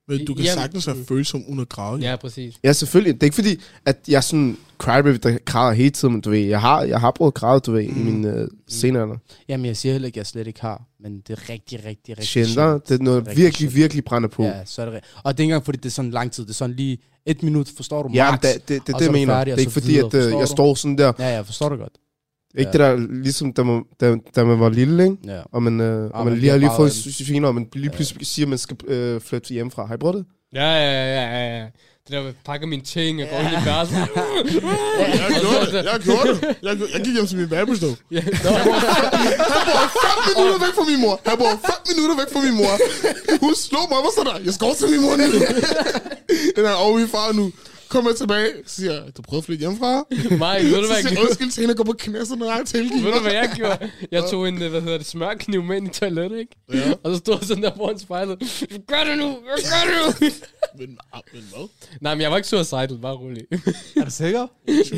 Speaker 7: Men du kan
Speaker 6: Jamen- øh,
Speaker 7: sagtens være følsom uden at græde.
Speaker 6: Ja, præcis.
Speaker 4: Ja, selvfølgelig. Det er ikke fordi, at jeg er sådan crybaby, der græder hele tiden, men du ved, jeg har, jeg har prøvet at græde, du ved, mm. i min øh, senere.
Speaker 5: Jamen, jeg siger heller ikke, at jeg slet ikke har, men det er rigtig, rigtig, rigtig
Speaker 4: Sjældent, det er noget, der
Speaker 5: Rigtig
Speaker 4: virkelig,
Speaker 5: sjældent.
Speaker 4: virkelig brænder på. Ja,
Speaker 5: Ja, så er det rigtigt. Og det er ikke engang, fordi det er sådan lang tid. Det er sådan lige et minut, forstår du?
Speaker 4: ja
Speaker 5: max.
Speaker 4: det, det, det, det
Speaker 5: og så
Speaker 4: jeg
Speaker 5: er du
Speaker 4: mener.
Speaker 5: færdig,
Speaker 4: det
Speaker 5: og
Speaker 4: er ikke
Speaker 5: så
Speaker 4: fordi,
Speaker 5: videre,
Speaker 4: at øh,
Speaker 5: forstår
Speaker 4: jeg
Speaker 5: du?
Speaker 4: står sådan der. Ja.
Speaker 5: Ja, ja, forstår du godt.
Speaker 4: Ikke det der, ligesom da man, da, da man var lille, ikke?
Speaker 5: Ja.
Speaker 4: Og man, øh, og
Speaker 5: Ah, man
Speaker 4: man lige
Speaker 5: bliver
Speaker 4: har lige
Speaker 5: bare-
Speaker 4: fået syfiner, og man lige pludselig siger, at man skal øh, flytte hjemmefra. Har I brugt det?
Speaker 6: Ja, ja, ja, ja, ja. Det der, jeg pakker mine ting, jeg går ind i værelset.
Speaker 7: Jeg gjorde det, jeg gjorde det. Jeg, gjorde- jeg gik hjem til min babus, dog.
Speaker 6: Ja, nå,
Speaker 7: Han bor 5 minutter væk fra min mor. Han bor 5 minutter væk fra min mor. Hun slog mig. Hvad så der? Jeg skal over til min mor nu. Den er over i far nu. Kommer jeg tilbage, siger jeg, du prøvede at flytte hjemmefra?
Speaker 6: Mike, ved
Speaker 7: Så
Speaker 6: du, hvad jeg
Speaker 7: siger jeg,
Speaker 6: gjorde?
Speaker 7: undskyld til hende, og går på knæ, så når jeg er tilgivet.
Speaker 6: Ved du, hvad jeg gjorde? Jeg tog en, øh, hvad hedder det, smørkniv med ind i toilettet, ikke?
Speaker 7: Ja.
Speaker 6: Og så stod jeg sådan der foran spejlet. Gør det nu! Gør det nu!
Speaker 7: Men, ah, men hvad?
Speaker 6: Nej, men jeg var ikke suicidal, bare rolig.
Speaker 5: Er du sikker?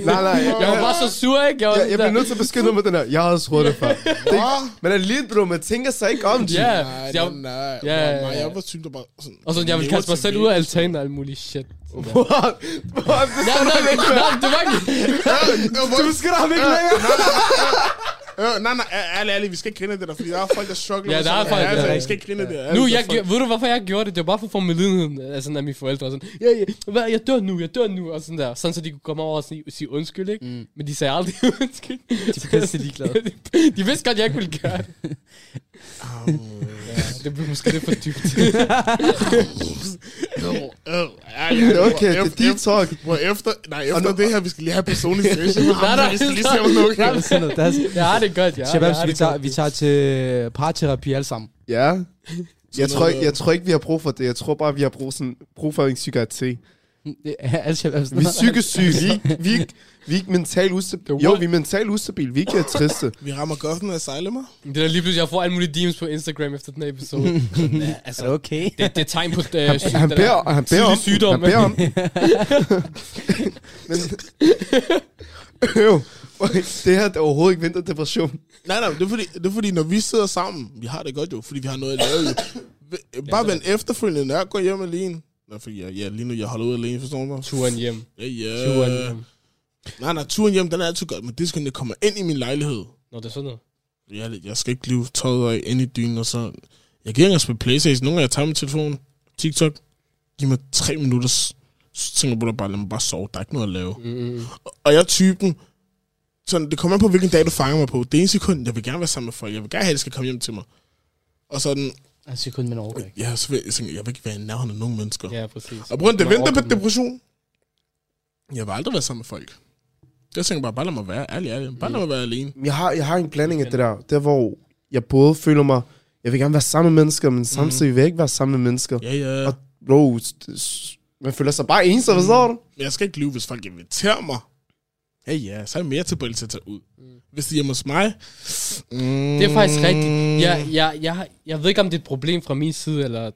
Speaker 4: Nej, nej. Jeg,
Speaker 6: Jeg var bare så sur, ikke? Jeg var
Speaker 4: jeg, jeg
Speaker 6: sådan
Speaker 4: bliver
Speaker 6: der-
Speaker 4: nødt til at beskytte mig med den her. Jeg har også prøvet det før. Det, man er lille, bro. Man tænker sig ikke om, G.
Speaker 6: Ja,
Speaker 7: Nej,
Speaker 6: jeg,
Speaker 7: nej, nej.
Speaker 6: Ja, ja,
Speaker 7: Nej,
Speaker 6: ja.
Speaker 7: jeg var sygt, der bare sådan...
Speaker 6: og sådan, jeg ville
Speaker 7: lever
Speaker 6: kaste mig
Speaker 7: til
Speaker 6: selv
Speaker 7: væg.
Speaker 6: ud af altanen og alt muligt shit.
Speaker 4: What? What? Det
Speaker 6: Nej, nej, nej, nej, det var ikke...
Speaker 7: Ja, ja, hvor-
Speaker 4: beskytter ham
Speaker 7: Øh,
Speaker 4: ikke længere.
Speaker 7: ja, Nej, nej, ærlig, ærlig, vi skal ikke grine af det der, fordi der er folk, der struggler.
Speaker 6: Ja,
Speaker 7: med
Speaker 6: der
Speaker 7: sådan
Speaker 6: er folk,
Speaker 7: noget. altså,
Speaker 6: ja.
Speaker 7: Vi skal ikke grine af det.
Speaker 6: Nu,
Speaker 7: Altså,
Speaker 6: jeg,
Speaker 7: folk-
Speaker 6: gjorde- ved du, hvorfor jeg gjorde det? Det var bare for at få medlidenheden af, sådan, af altså, mine forældre. og Sådan, ja, ja, hvad, jeg dør nu, jeg dør nu, og sådan der. Sådan, så de kunne komme over og sige, sige undskyld, ikke? Mm. Men de sagde aldrig undskyld. De
Speaker 5: var pisse ligeglade.
Speaker 6: de, de vidste godt, jeg ikke ville gøre det. ja, det blev måske lidt for dybt.
Speaker 7: Øh, ærlig, ærlig,
Speaker 4: Det er okay,
Speaker 7: hvor-
Speaker 4: det er dit talk.
Speaker 7: Hvor efter, nej, efter det her, vi skal lige have personlig session med ham.
Speaker 6: Nej, nej,
Speaker 7: vi skal lige se, om det er okay.
Speaker 5: Det er sådan noget. Det er,
Speaker 6: Jeg har det godt, jeg, har-
Speaker 5: Shababs,
Speaker 6: jeg har
Speaker 5: vi
Speaker 6: det
Speaker 5: tager,
Speaker 6: godt.
Speaker 5: vi tager til parterapi alle sammen.
Speaker 4: Ja. Jeg
Speaker 7: Sådan
Speaker 4: tror,
Speaker 7: noget,
Speaker 4: ikke, jeg tror ikke, vi har brug for det. Jeg tror bare, vi har brug, sådan, brug for en psykiatri.
Speaker 5: Det er Al-Shabaab.
Speaker 4: Vi er psykisk syge. Vi, er ikke- vi, er ikke- vi er ikke mentalt ustabile. Jo, vi er mentalt ustabile. Vi er ikke triste.
Speaker 7: Vi rammer Gotham Asylum.
Speaker 6: Det er lige pludselig, jeg får alle mulige DM's på Instagram efter den her episode. Sådan, ja, altså,
Speaker 5: okay?
Speaker 6: det, det er tegn på øh, sy-
Speaker 4: Han
Speaker 6: den
Speaker 4: beder,
Speaker 6: der-
Speaker 4: han beder om,
Speaker 6: tidlig sygdom,
Speaker 4: han beder om. Men, øv, det her det er overhovedet ikke vinterdepression.
Speaker 7: Nej, nej, det er, fordi, det er fordi, når vi sidder sammen, vi har det godt jo, fordi vi har noget at lave jo. V- Bare vent efterfølgende, når jeg går hjem alene. Nej, fordi jeg, ja, lige nu, jeg holder ud alene, forstår du mig?
Speaker 6: Turen hjem.
Speaker 7: Ja, ja.
Speaker 6: Turen hjem.
Speaker 7: Nej, nej, turen hjem, den er altid godt, men det skal, når jeg kommer ind i min lejlighed.
Speaker 6: Nå, det er sådan noget.
Speaker 7: Jeg, jeg skal ikke blive tøjet af ind i dynen, og så... Jeg gider ikke engang spille Playstation. Nogle gange jeg tager min telefon, TikTok, giv mig tre minutter, s- så tænker jeg på dig bare, lad mig bare sove. Der er ikke noget at lave.
Speaker 6: Mm-hmm.
Speaker 7: Og jeg er typen, sådan, det kommer an på, hvilken dag du fanger mig på. Det ene sekund, jeg vil gerne være sammen med folk. Jeg vil gerne have, at de skal komme hjem til mig. Og sådan,
Speaker 5: Altså, kun min overgang.
Speaker 7: ja, så vil, jeg, tænker, jeg vil ikke være i nærheden af nogen mennesker.
Speaker 6: Ja, præcis.
Speaker 7: Og på grund af det
Speaker 6: Man
Speaker 7: venter på
Speaker 6: overkommer.
Speaker 7: depression. Jeg vil aldrig være sammen med folk. Jeg tænker bare, bare lad mig være ærlig, ærlig. Bare lad mig være alene.
Speaker 4: Jeg har, jeg har en blanding af det der, der hvor jeg både føler mig, jeg vil gerne være sammen med mennesker, men
Speaker 6: Mhm.
Speaker 4: samtidig vil jeg ikke være sammen med mennesker.
Speaker 7: Ja, ja.
Speaker 4: Og- Bro, s- s- man føler sig bare ensom,
Speaker 6: Mhm.
Speaker 4: forstår du?
Speaker 7: Men jeg skal ikke lyve, hvis folk inviterer mig. Ja, ja, så er jeg mere tilbøjelig til at tage ud. Hvis de er hjemme hos mig... Mm,
Speaker 6: Det er faktisk rigtigt. Jeg, jeg, jeg, jeg ved ikke, om det er et problem fra min side, eller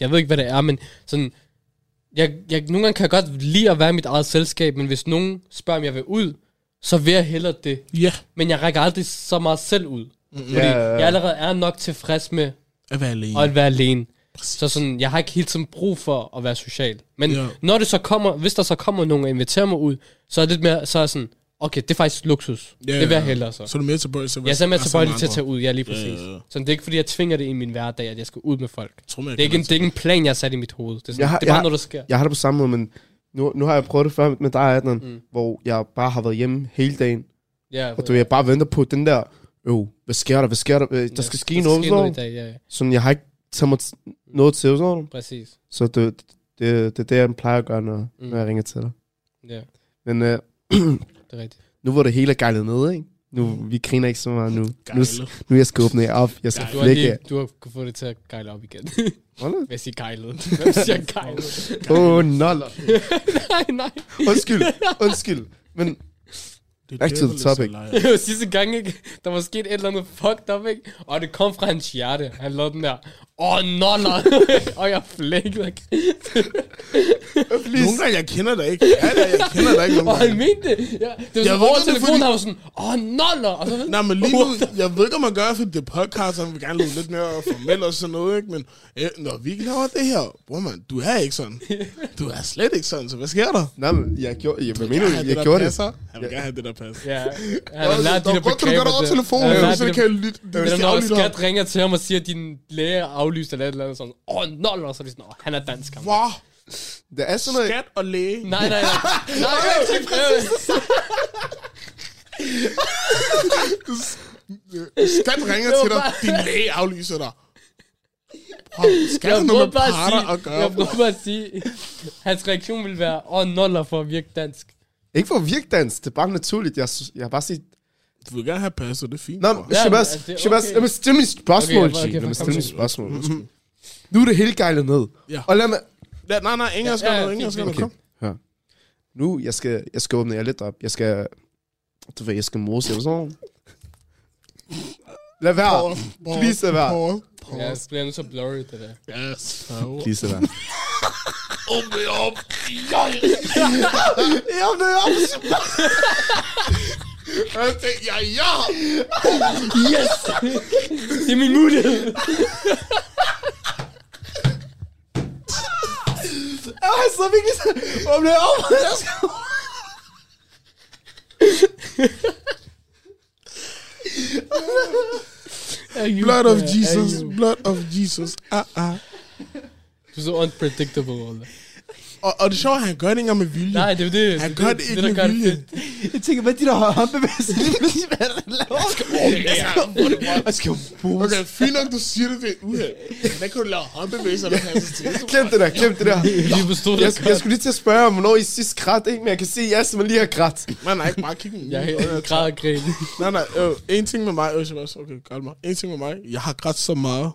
Speaker 6: jeg ved ikke, hvad det er, men sådan, jeg, jeg, nogle gange kan jeg godt lide at være i mit eget selskab, men hvis nogen spørger, om jeg vil ud, så vil jeg hellere det.
Speaker 7: Ja,
Speaker 6: Men jeg rækker aldrig så meget selv ud. Fordi
Speaker 4: Ja, ja, ja.
Speaker 6: jeg allerede er nok tilfreds med
Speaker 7: at være alene.
Speaker 6: og at være alene.
Speaker 7: Præcis.
Speaker 6: Så sådan, jeg har ikke hele tiden brug for at være social. Men
Speaker 7: Ja.
Speaker 6: ja. når det så kommer, hvis der så kommer nogen og inviterer mig ud, så er det lidt mere, så er jeg sådan, okay, det er faktisk luksus.
Speaker 7: Ja,
Speaker 6: Ja, det vil jeg
Speaker 7: ja.
Speaker 6: hellere så.
Speaker 7: Så er du mere tilbøjelig til at være
Speaker 6: Jeg er
Speaker 7: sammen
Speaker 6: simpelthen
Speaker 7: med
Speaker 6: tilbøjelig til at
Speaker 7: andre.
Speaker 6: tage ud, ja lige præcis.
Speaker 7: Ja, ja, ja.
Speaker 6: Så det er ikke fordi, jeg tvinger det i min hverdag, at jeg skal ud med folk. Det
Speaker 7: Tror, man, jeg
Speaker 6: er ikke en,
Speaker 7: kan
Speaker 6: det er ikke en plan, jeg har sat i mit hoved. Det er, sådan,
Speaker 4: Jeg har-
Speaker 6: det er bare
Speaker 4: jeg har-
Speaker 6: noget, der sker.
Speaker 4: Jeg har det på samme måde, men nu, nu har jeg prøvet det før med dig, Adnan, mm. hvor jeg bare har været hjemme hele dagen,
Speaker 6: Ja,
Speaker 4: og du, ved, jeg bare venter på den der, jo, hvad sker der, hvad sker der, Øh, der skal ske noget,
Speaker 6: sker noget i
Speaker 4: noget
Speaker 6: dag, ja, ja,
Speaker 4: sådan, jeg har ikke taget mig t- noget til, sådan. noget.
Speaker 6: præcis.
Speaker 4: Så det, det, det er det, jeg plejer at gøre, når, mm.
Speaker 6: Mm.
Speaker 4: når jeg ringer til dig.
Speaker 6: Ja,
Speaker 4: Men øh,
Speaker 6: det er rigtigt.
Speaker 4: nu hvor det hele er gejlet ned, ikke? Nu, vi griner ikke så meget nu. Nu,
Speaker 7: gejle.
Speaker 4: nu jeg skal åbne jer op. Jeg skal
Speaker 6: Du har,
Speaker 4: flække
Speaker 6: lige,
Speaker 4: jer.
Speaker 6: du har kunnet få det til at gejle op igen.
Speaker 4: Hvordan?
Speaker 6: Hvis jeg siger gejlet. Hvem siger gejlet?
Speaker 4: Åh, oh, noller.
Speaker 6: nej, nej.
Speaker 4: Undskyld, undskyld. Men
Speaker 7: Det
Speaker 4: Back
Speaker 7: er
Speaker 4: to the
Speaker 7: derfor, det er så
Speaker 4: topic.
Speaker 7: lejer.
Speaker 6: Det var sidste gang, ikke? Der var sket et eller andet fucked up, ikke? Og det kom fra hans hjerte. Han lavede den der, åh, oh, noller. og jeg flækkede.
Speaker 7: Nogle gange, jeg kender dig ikke. Ja, ja, jeg kender dig ikke.
Speaker 6: og
Speaker 7: Nogle
Speaker 6: han
Speaker 7: gange.
Speaker 6: mente det. Ja, det var
Speaker 7: ved
Speaker 6: sådan, over
Speaker 7: det,
Speaker 6: telefonen,
Speaker 7: fordi-
Speaker 6: han var sådan, åh, oh, noller. Og så,
Speaker 7: Nej, men lige nu, jeg ved ikke, om man gør, for det er podcast, og man vil gerne lyde lidt mere formel og sådan noget, ikke? Men øh, når vi laver det her, bror man, du er ikke sådan. Du er slet ikke sådan, så hvad sker der?
Speaker 4: nej, men jeg gjorde, jeg, hvad mener du? Jeg
Speaker 7: vil gerne have der
Speaker 4: gjorde det.
Speaker 7: passer. Han vil gerne have det, der passer.
Speaker 6: ja, han har lært de der
Speaker 7: Nå, godt, kan du gøre det over telefonen,
Speaker 6: Han har
Speaker 7: ja,
Speaker 6: lært
Speaker 7: så
Speaker 6: de
Speaker 7: det
Speaker 6: der
Speaker 7: kan jeg lytte. Det
Speaker 6: Men
Speaker 7: er
Speaker 6: når
Speaker 7: aflytte ham.
Speaker 6: skat ringer til ham og siger, at din læge er aflyst eller et eller andet, sådan, åh, oh, noller, så er det sådan, åh, han er dansk. Ham.
Speaker 7: Wow,
Speaker 4: Det er sådan noget.
Speaker 7: skat og læge.
Speaker 6: Nej, nej, nej. nej, nej, det er præcis
Speaker 7: Skat ringer
Speaker 6: Det var
Speaker 7: til dig, din
Speaker 6: bare-
Speaker 7: læge aflyser dig. Bror, Skat har noget med parter at gøre.
Speaker 6: jeg
Speaker 7: bror.
Speaker 6: prøver bare at sige, hans reaktion ville være, åh, oh, noller for at virke dansk.
Speaker 4: Ikke for virkdans, det er bare naturligt. Jeg, synes- jeg har bare set...
Speaker 7: Du vil gerne have passet, det er fint.
Speaker 4: Nå,
Speaker 7: bror.
Speaker 4: men
Speaker 6: men
Speaker 4: Shabazz,
Speaker 6: altså, det er
Speaker 4: Shabazz,
Speaker 6: okay.
Speaker 4: lad mig stille mit spørgsmål,
Speaker 6: Okay, okay,
Speaker 4: G. Lad
Speaker 6: kom,
Speaker 4: mig stille
Speaker 6: kom.
Speaker 4: mit spørgsmål.
Speaker 6: Mhm.
Speaker 4: Nu er det hele gejlet ned.
Speaker 7: Ja.
Speaker 4: Og lad mig...
Speaker 7: Ja, nej, nej, ingen skal
Speaker 6: Ja, ja,
Speaker 7: noget, ingen
Speaker 6: fint,
Speaker 7: skal
Speaker 6: fint.
Speaker 7: noget. Kom.
Speaker 4: Nu, jeg skal, jeg skal åbne jer lidt op. Jeg skal... Du ved, jeg skal mose jer sådan. Lad være. Please lad være.
Speaker 7: Paul.
Speaker 6: Ja, det bliver nu så blurry, det der.
Speaker 7: Yes.
Speaker 4: Please lad være.
Speaker 7: Åbn det op.
Speaker 4: Jeg vil op.
Speaker 7: Jeg tænkte, Øh, Ja, ja.
Speaker 6: Det er min mulighed.
Speaker 4: Jeg så virkelig så... Åbne jer op. Jeg skal...
Speaker 7: Blood of Jesus. Blood of Jesus. Ah, ah.
Speaker 6: Du er så unpredictable, Ola.
Speaker 7: Og, og det sjove er, at han gør det ikke engang med vilje.
Speaker 6: Nej, det er jo det.
Speaker 7: Han
Speaker 6: det,
Speaker 7: gør
Speaker 6: er
Speaker 7: det ikke med
Speaker 6: gør det
Speaker 7: vilje.
Speaker 6: fedt.
Speaker 5: Jeg tænker, hvad er de der håndbevægelser? Hvad er det, laver? Jeg skal
Speaker 7: Okay, fint nok, du siger det ved et uheld. Hvad kan du lave håndbevægelser, når han er så til?
Speaker 4: Glem det der, glem det der.
Speaker 6: Vi forstod det
Speaker 4: Jeg, jeg skulle lige til at spørge om, hvornår I sidst græd, ikke? Men jeg kan se, at jeg simpelthen lige har grædt.
Speaker 7: Nej, nej, ikke bare kigge.
Speaker 6: Jeg er græd og grin.
Speaker 7: Nej, nej, øh, en ting med mig, øh, Shabazz, okay, gør mig. En ting med mig, jeg har grædt så meget,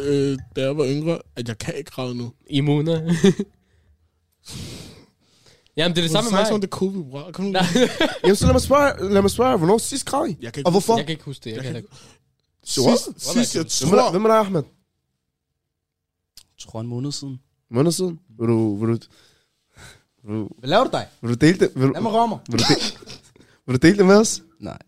Speaker 7: øh, da jeg var yngre, at jeg kan ikke græde nu.
Speaker 6: Immuner. Jamen, det er det samme med
Speaker 7: Snak
Speaker 6: mig.
Speaker 7: om det covid, bror. Kom nu.
Speaker 6: Nej,
Speaker 4: Jamen, så lad mig spørge, lad mig spørge hvornår sidst græd I?
Speaker 7: Jeg kan
Speaker 4: Og
Speaker 7: ikke
Speaker 4: hvorfor?
Speaker 6: jeg kan ikke huske det. Jeg
Speaker 7: Jeg
Speaker 6: kan
Speaker 7: kan
Speaker 6: heller ikke.
Speaker 7: sidst,
Speaker 4: Sidst?
Speaker 7: sidst, jeg
Speaker 4: Hvem er, der-
Speaker 7: tror...
Speaker 4: hvem er der, Ahmed?
Speaker 5: Jeg tror en måned siden.
Speaker 4: En måned siden? Vil du, vil du, vil du,
Speaker 5: Hvad laver du dig?
Speaker 4: vil du dele det? Vil, du-
Speaker 5: Lad mig røre mig.
Speaker 4: vil, du dele, vil du dele det med os?
Speaker 5: Nej.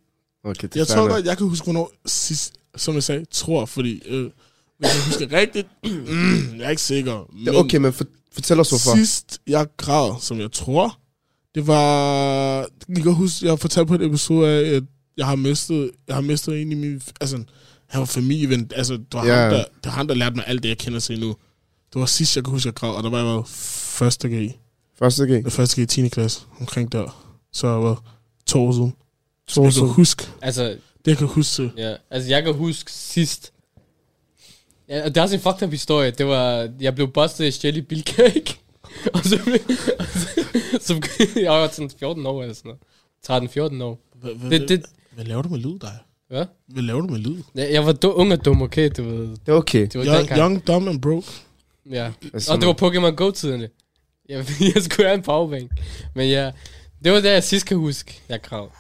Speaker 4: Okay, det er
Speaker 7: Jeg
Speaker 4: fair
Speaker 7: tror
Speaker 4: nok.
Speaker 7: godt, jeg kan huske, hvornår sidst, som jeg sagde, tror, fordi... Øh, hvis jeg husker rigtigt, mm, jeg er ikke sikker. Men
Speaker 4: Det er okay, men for, fortæl os hvorfor.
Speaker 7: Sidst jeg græd, som jeg tror, det var... Jeg kan godt huske, jeg fortalte på et episode af, at jeg har mistet, jeg har mistet en i min... Altså, han var familieven. Altså, det var,
Speaker 4: Ja.
Speaker 7: yeah. ham, der, det var ham, der lærte mig alt det, jeg kender til nu. Det var sidst, jeg kan huske, jeg græd, og der var jeg var første G.
Speaker 4: Første gang.
Speaker 7: Jeg første G i 10. klasse, omkring der. Så jeg var to år siden.
Speaker 4: To
Speaker 7: Jeg kan huske.
Speaker 6: Altså,
Speaker 7: Det jeg kan huske til.
Speaker 6: ja. altså, jeg kan huske sidst. Ja, og det er også en fucked up historie. Det var, jeg blev bustet i Shelly Bilcake. og så blev... og så- så, begyndte- jeg var sådan 14 år eller sådan noget. 13-14 år. Det, det,
Speaker 7: Hvad laver du med lyd, dig?
Speaker 6: Hvad?
Speaker 7: Hvad laver du med lyd?
Speaker 6: Ja, Jeg var du, ung og dum, okay, du ved.
Speaker 4: Det er okay.
Speaker 6: Det var
Speaker 7: Young,
Speaker 6: dengang.
Speaker 7: young, dumb and broke.
Speaker 6: Ja.
Speaker 4: Altså,
Speaker 6: Og det var Pokémon Go-tiderne. Jeg, jeg skulle have en powerbank. Men ja, det var det, jeg sidst kan huske, jeg krav.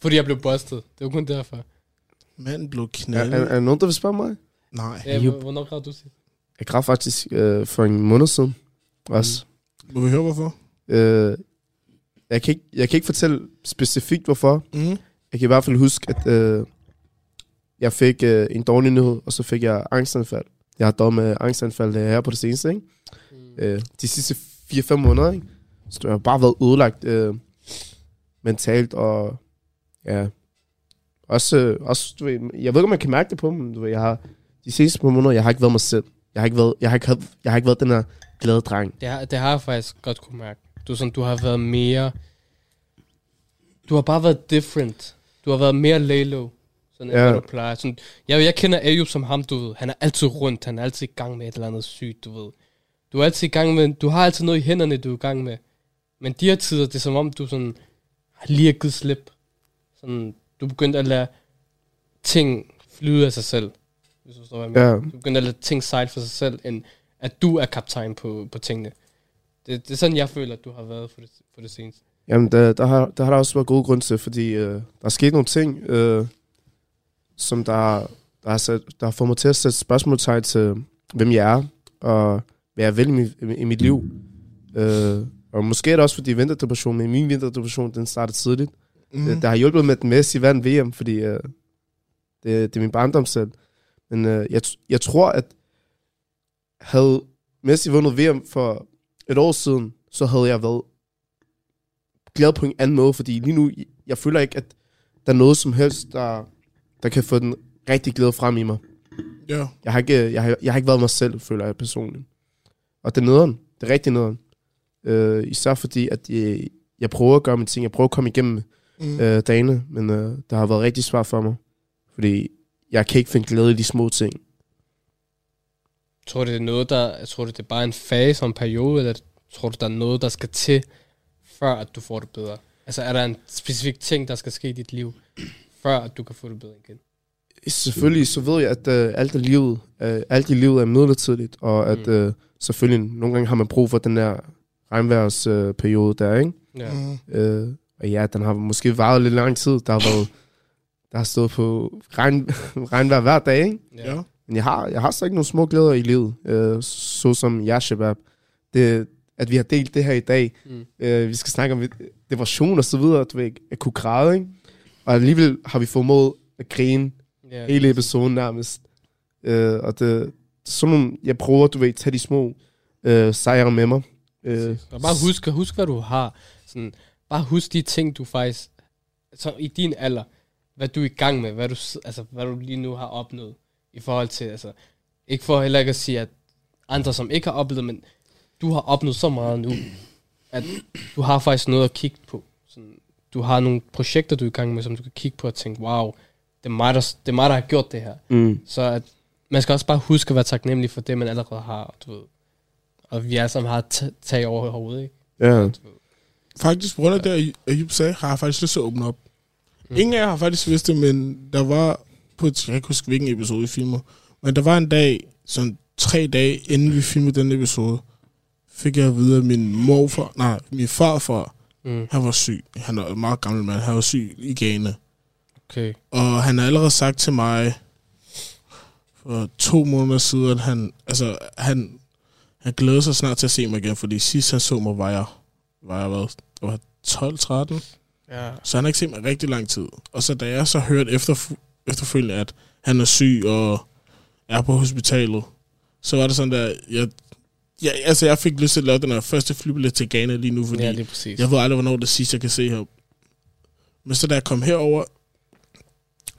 Speaker 6: Fordi jeg blev bustet. Det var kun derfor.
Speaker 7: Manden blev
Speaker 4: er,
Speaker 7: knaldet.
Speaker 4: er, er der nogen, der vil spørge mig?
Speaker 7: Nej.
Speaker 6: Ja,
Speaker 5: Jup.
Speaker 6: hvornår krav du sidst?
Speaker 4: Jeg græd faktisk øh, for en måned siden. Også.
Speaker 7: Må vi høre, hvorfor?
Speaker 4: Øh, jeg, kan ikke, jeg kan ikke fortælle specifikt hvorfor.
Speaker 7: Mm.
Speaker 4: Jeg kan i hvert fald huske, at øh, jeg fik øh, en dårlig nyhed, og så fik jeg angstanfald. Jeg har dog med angstanfald øh, her på det seneste, ikke? Øh, de sidste 4-5 måneder, ikke? Så jeg har bare været ødelagt øh, mentalt, og ja, også, øh, også du ved, jeg ved ikke, om man kan mærke det på, men du ved, jeg har, de seneste par måneder, jeg har ikke været mig selv. Jeg har ikke været, jeg har ikke, haft- jeg har ikke været den her glade dreng.
Speaker 6: Det har, det har jeg faktisk godt kunne mærke. Du, er sådan, du har været mere... Du har bare været different. Du har været mere lay low. Sådan,
Speaker 4: Ja.
Speaker 6: ja. hvad du plejer. Sådan, jeg, jeg kender Ayub som ham, du ved. Han er altid rundt. Han er altid i gang med et eller andet sygt, du ved. Du er altid i gang med... Du har altid noget i hænderne, du er i gang med. Men de her tider, det er som om, du sådan... Har lige har givet slip. Sådan, du er begyndt at lade ting flyde af sig selv. Hvis du forstår, hvad jeg mener.
Speaker 4: Ja,
Speaker 6: Du begynder at lade ting sejle for sig selv, end at du er kaptajn på, på tingene. Det, det er sådan, jeg føler, at du har været for det, for det seneste.
Speaker 4: Jamen, der, der, har, der har der også været gode grunde til, fordi øh, der er sket nogle ting, øh, som der, der, har sat, der har fået mig til at sætte spørgsmålstegn til, hvem jeg er, og hvad jeg vil i, mit- i mit liv. Øh, og måske er det også, fordi vinterdepression, men min vinterdepression, den startede tidligt. Mm.
Speaker 7: Mm.
Speaker 4: Øh, der har hjulpet med, at den Messi vandt VM, fordi øh, det, det er min barndom selv. Men øh, jeg, t- jeg tror, at havde Messi vundet VM for et år siden, så havde jeg været glad på en anden måde, fordi lige nu, jeg føler ikke, at der er noget som helst, der, der kan få den rigtig glæde frem i mig.
Speaker 7: Ja.
Speaker 4: Jeg har ikke, jeg har, jeg har ikke været mig selv, føler jeg personligt. Og det er nederen. Det er rigtig nederen. Øh, især fordi, at jeg, jeg prøver at gøre mine ting. Jeg prøver at komme igennem
Speaker 7: Mm.
Speaker 4: øh, dagene, men øh, der har været rigtig svært for mig. Fordi jeg kan ikke finde glæde i de små ting.
Speaker 6: Jeg tror, det er noget, der... Jeg tror, det er bare en fase og en periode, eller tror du, der er noget, der skal til, før at du får det bedre? Altså, er der en specifik ting, der skal ske i dit liv, før at du kan få det bedre igen?
Speaker 4: Selvfølgelig så ved jeg, at øh, alt, er livet, øh, alt i livet er midlertidigt, og at
Speaker 6: Mm.
Speaker 4: øh, selvfølgelig nogle gange har man brug for den der regnværsperiode øh, periode der, ikke?
Speaker 6: Ja.
Speaker 7: Mm.
Speaker 4: Øh, og ja, den har måske varet lidt lang tid. Der har været der har stået på regn, regnvejr hver dag, ikke?
Speaker 7: Ja.
Speaker 4: Men jeg har, jeg har så ikke nogle små glæder i livet, øh, såsom jeg, Shabab. Det, at vi har delt det her i dag.
Speaker 6: Mm.
Speaker 4: Mm. Øh, vi skal snakke om øh, depression og så videre, du ved, ikke? at kunne græde, ikke? Og alligevel har vi formået at grine
Speaker 6: Ja.
Speaker 4: hele episoden nærmest. Øh, og det, som om jeg prøver, du ved, at tage de små øh, sejre med mig. Øh,
Speaker 6: Og bare husk, husk, hvad du har. Sådan, bare husk de ting, du faktisk... Så i din alder, hvad du er i gang med, hvad du, s- altså, hvad du lige nu har opnået. I forhold til, altså... Ikke for heller ikke at sige, at andre, som ikke har oplevet, men du har opnået så meget nu, at du har faktisk noget at kigge på. Sådan, du har nogle projekter, du er i gang med, som du kan kigge på og tænke, wow, det er mig, der, s- det er mig, der har gjort det her.
Speaker 4: mm.
Speaker 6: Så at man skal også bare huske at være taknemmelig for det, man allerede har, du ved. Og vi alle sammen har t- tag over hovedet, ikke?
Speaker 4: Ja,
Speaker 6: Du ved.
Speaker 7: Faktisk, på grund af det, at Jupp sagde, har jeg faktisk lyst til at åbne op.
Speaker 6: Mm.
Speaker 7: Mm. Ingen af jer har faktisk vidst det, men der var på et, jeg kan ikke huske, hvilken episode i filmer, Men der var en dag, sådan tre dage inden vi filmede den episode, fik jeg at vide, at min morfar, nej, min farfar,
Speaker 6: Mm.
Speaker 7: mm. han var syg. Han er en meget gammel mand. Han var syg i Ghana.
Speaker 6: Okay.
Speaker 7: Og han har allerede sagt til mig for to måneder siden, at han, altså, han, han glæder sig snart til at se mig igen, fordi sidst han så mig, var jeg, var jeg hvad, jeg var 12-13.
Speaker 6: Ja.
Speaker 7: Så han har ikke set mig rigtig lang tid. Og så da jeg så hørte efter, efterfølgende, at han er syg og er på hospitalet, så var det sådan der, jeg, jeg, altså jeg fik lyst til at lave den her første flybillet til Ghana lige nu, fordi
Speaker 6: ja,
Speaker 7: ja,
Speaker 6: det er præcis.
Speaker 7: jeg ved aldrig, hvornår det sidste, jeg kan se her. Men så da jeg kom herover,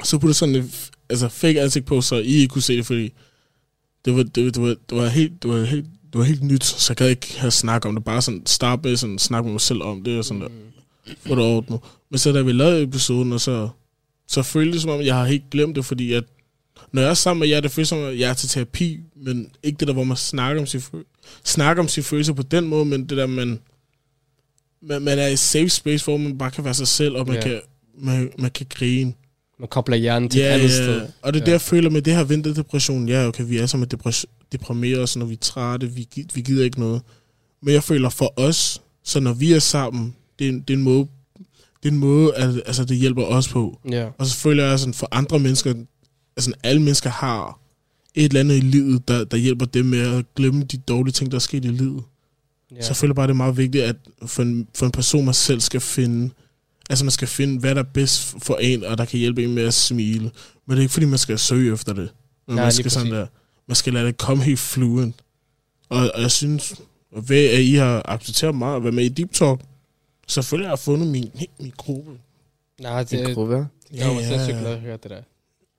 Speaker 7: så puttede sådan et f- altså, fake ansigt på, så I ikke kunne se det, fordi det var, det, var- det var, det var, helt, det var, helt, det var helt nyt, så jeg gad ikke have snak om det. Bare sådan starte med sådan snakke med mig selv om det, og sådan der, få det ordnet. Men så da vi lavede episoden, og så, så føltes det som om, jeg har helt glemt det, fordi at, når jeg er sammen med jer, det føles som om, jeg er til terapi, men ikke det der, hvor man snakker om sin, fø- snakker om sine følelser på den måde, men det der, man, man, man er i safe space, hvor man bare kan være sig selv, og man,
Speaker 6: Ja.
Speaker 7: kan, man, man kan grine.
Speaker 6: Man kobler hjernen til yeah, andet yeah. sted.
Speaker 7: Og det er
Speaker 6: Ja.
Speaker 7: ja. det, jeg føler med det her vinterdepression. Ja, okay, vi er som depres- deprimeret, og så når vi er trætte, vi, gi- vi gider ikke noget. Men jeg føler for os, så når vi er sammen, det er, en- det er en måde, det er en måde at, altså, det hjælper os på.
Speaker 6: Ja.
Speaker 7: Og så føler jeg sådan, for andre mennesker, altså alle mennesker har et eller andet i livet, der, der hjælper dem med at glemme de dårlige ting, der er sket i livet.
Speaker 6: Ja.
Speaker 7: Så jeg føler bare, det er meget vigtigt, at for en, for en person, man selv skal finde, altså man skal finde, hvad der er bedst for en, og der kan hjælpe en med at smile. Men det er ikke, fordi man skal søge efter det. Men
Speaker 6: Nej,
Speaker 7: man
Speaker 6: lige
Speaker 7: skal sådan
Speaker 6: præcis.
Speaker 7: der, man skal lade det komme helt fluent. Og, og jeg synes, ved at I har accepteret mig at være med i Deep Talk, selvfølgelig har jeg fundet min, min gruppe.
Speaker 6: Nej, det,
Speaker 4: Det,
Speaker 6: det,
Speaker 4: gruppe, ja.
Speaker 6: jeg var
Speaker 7: Ja, ja.
Speaker 6: sindssygt glad at høre det der. Jeg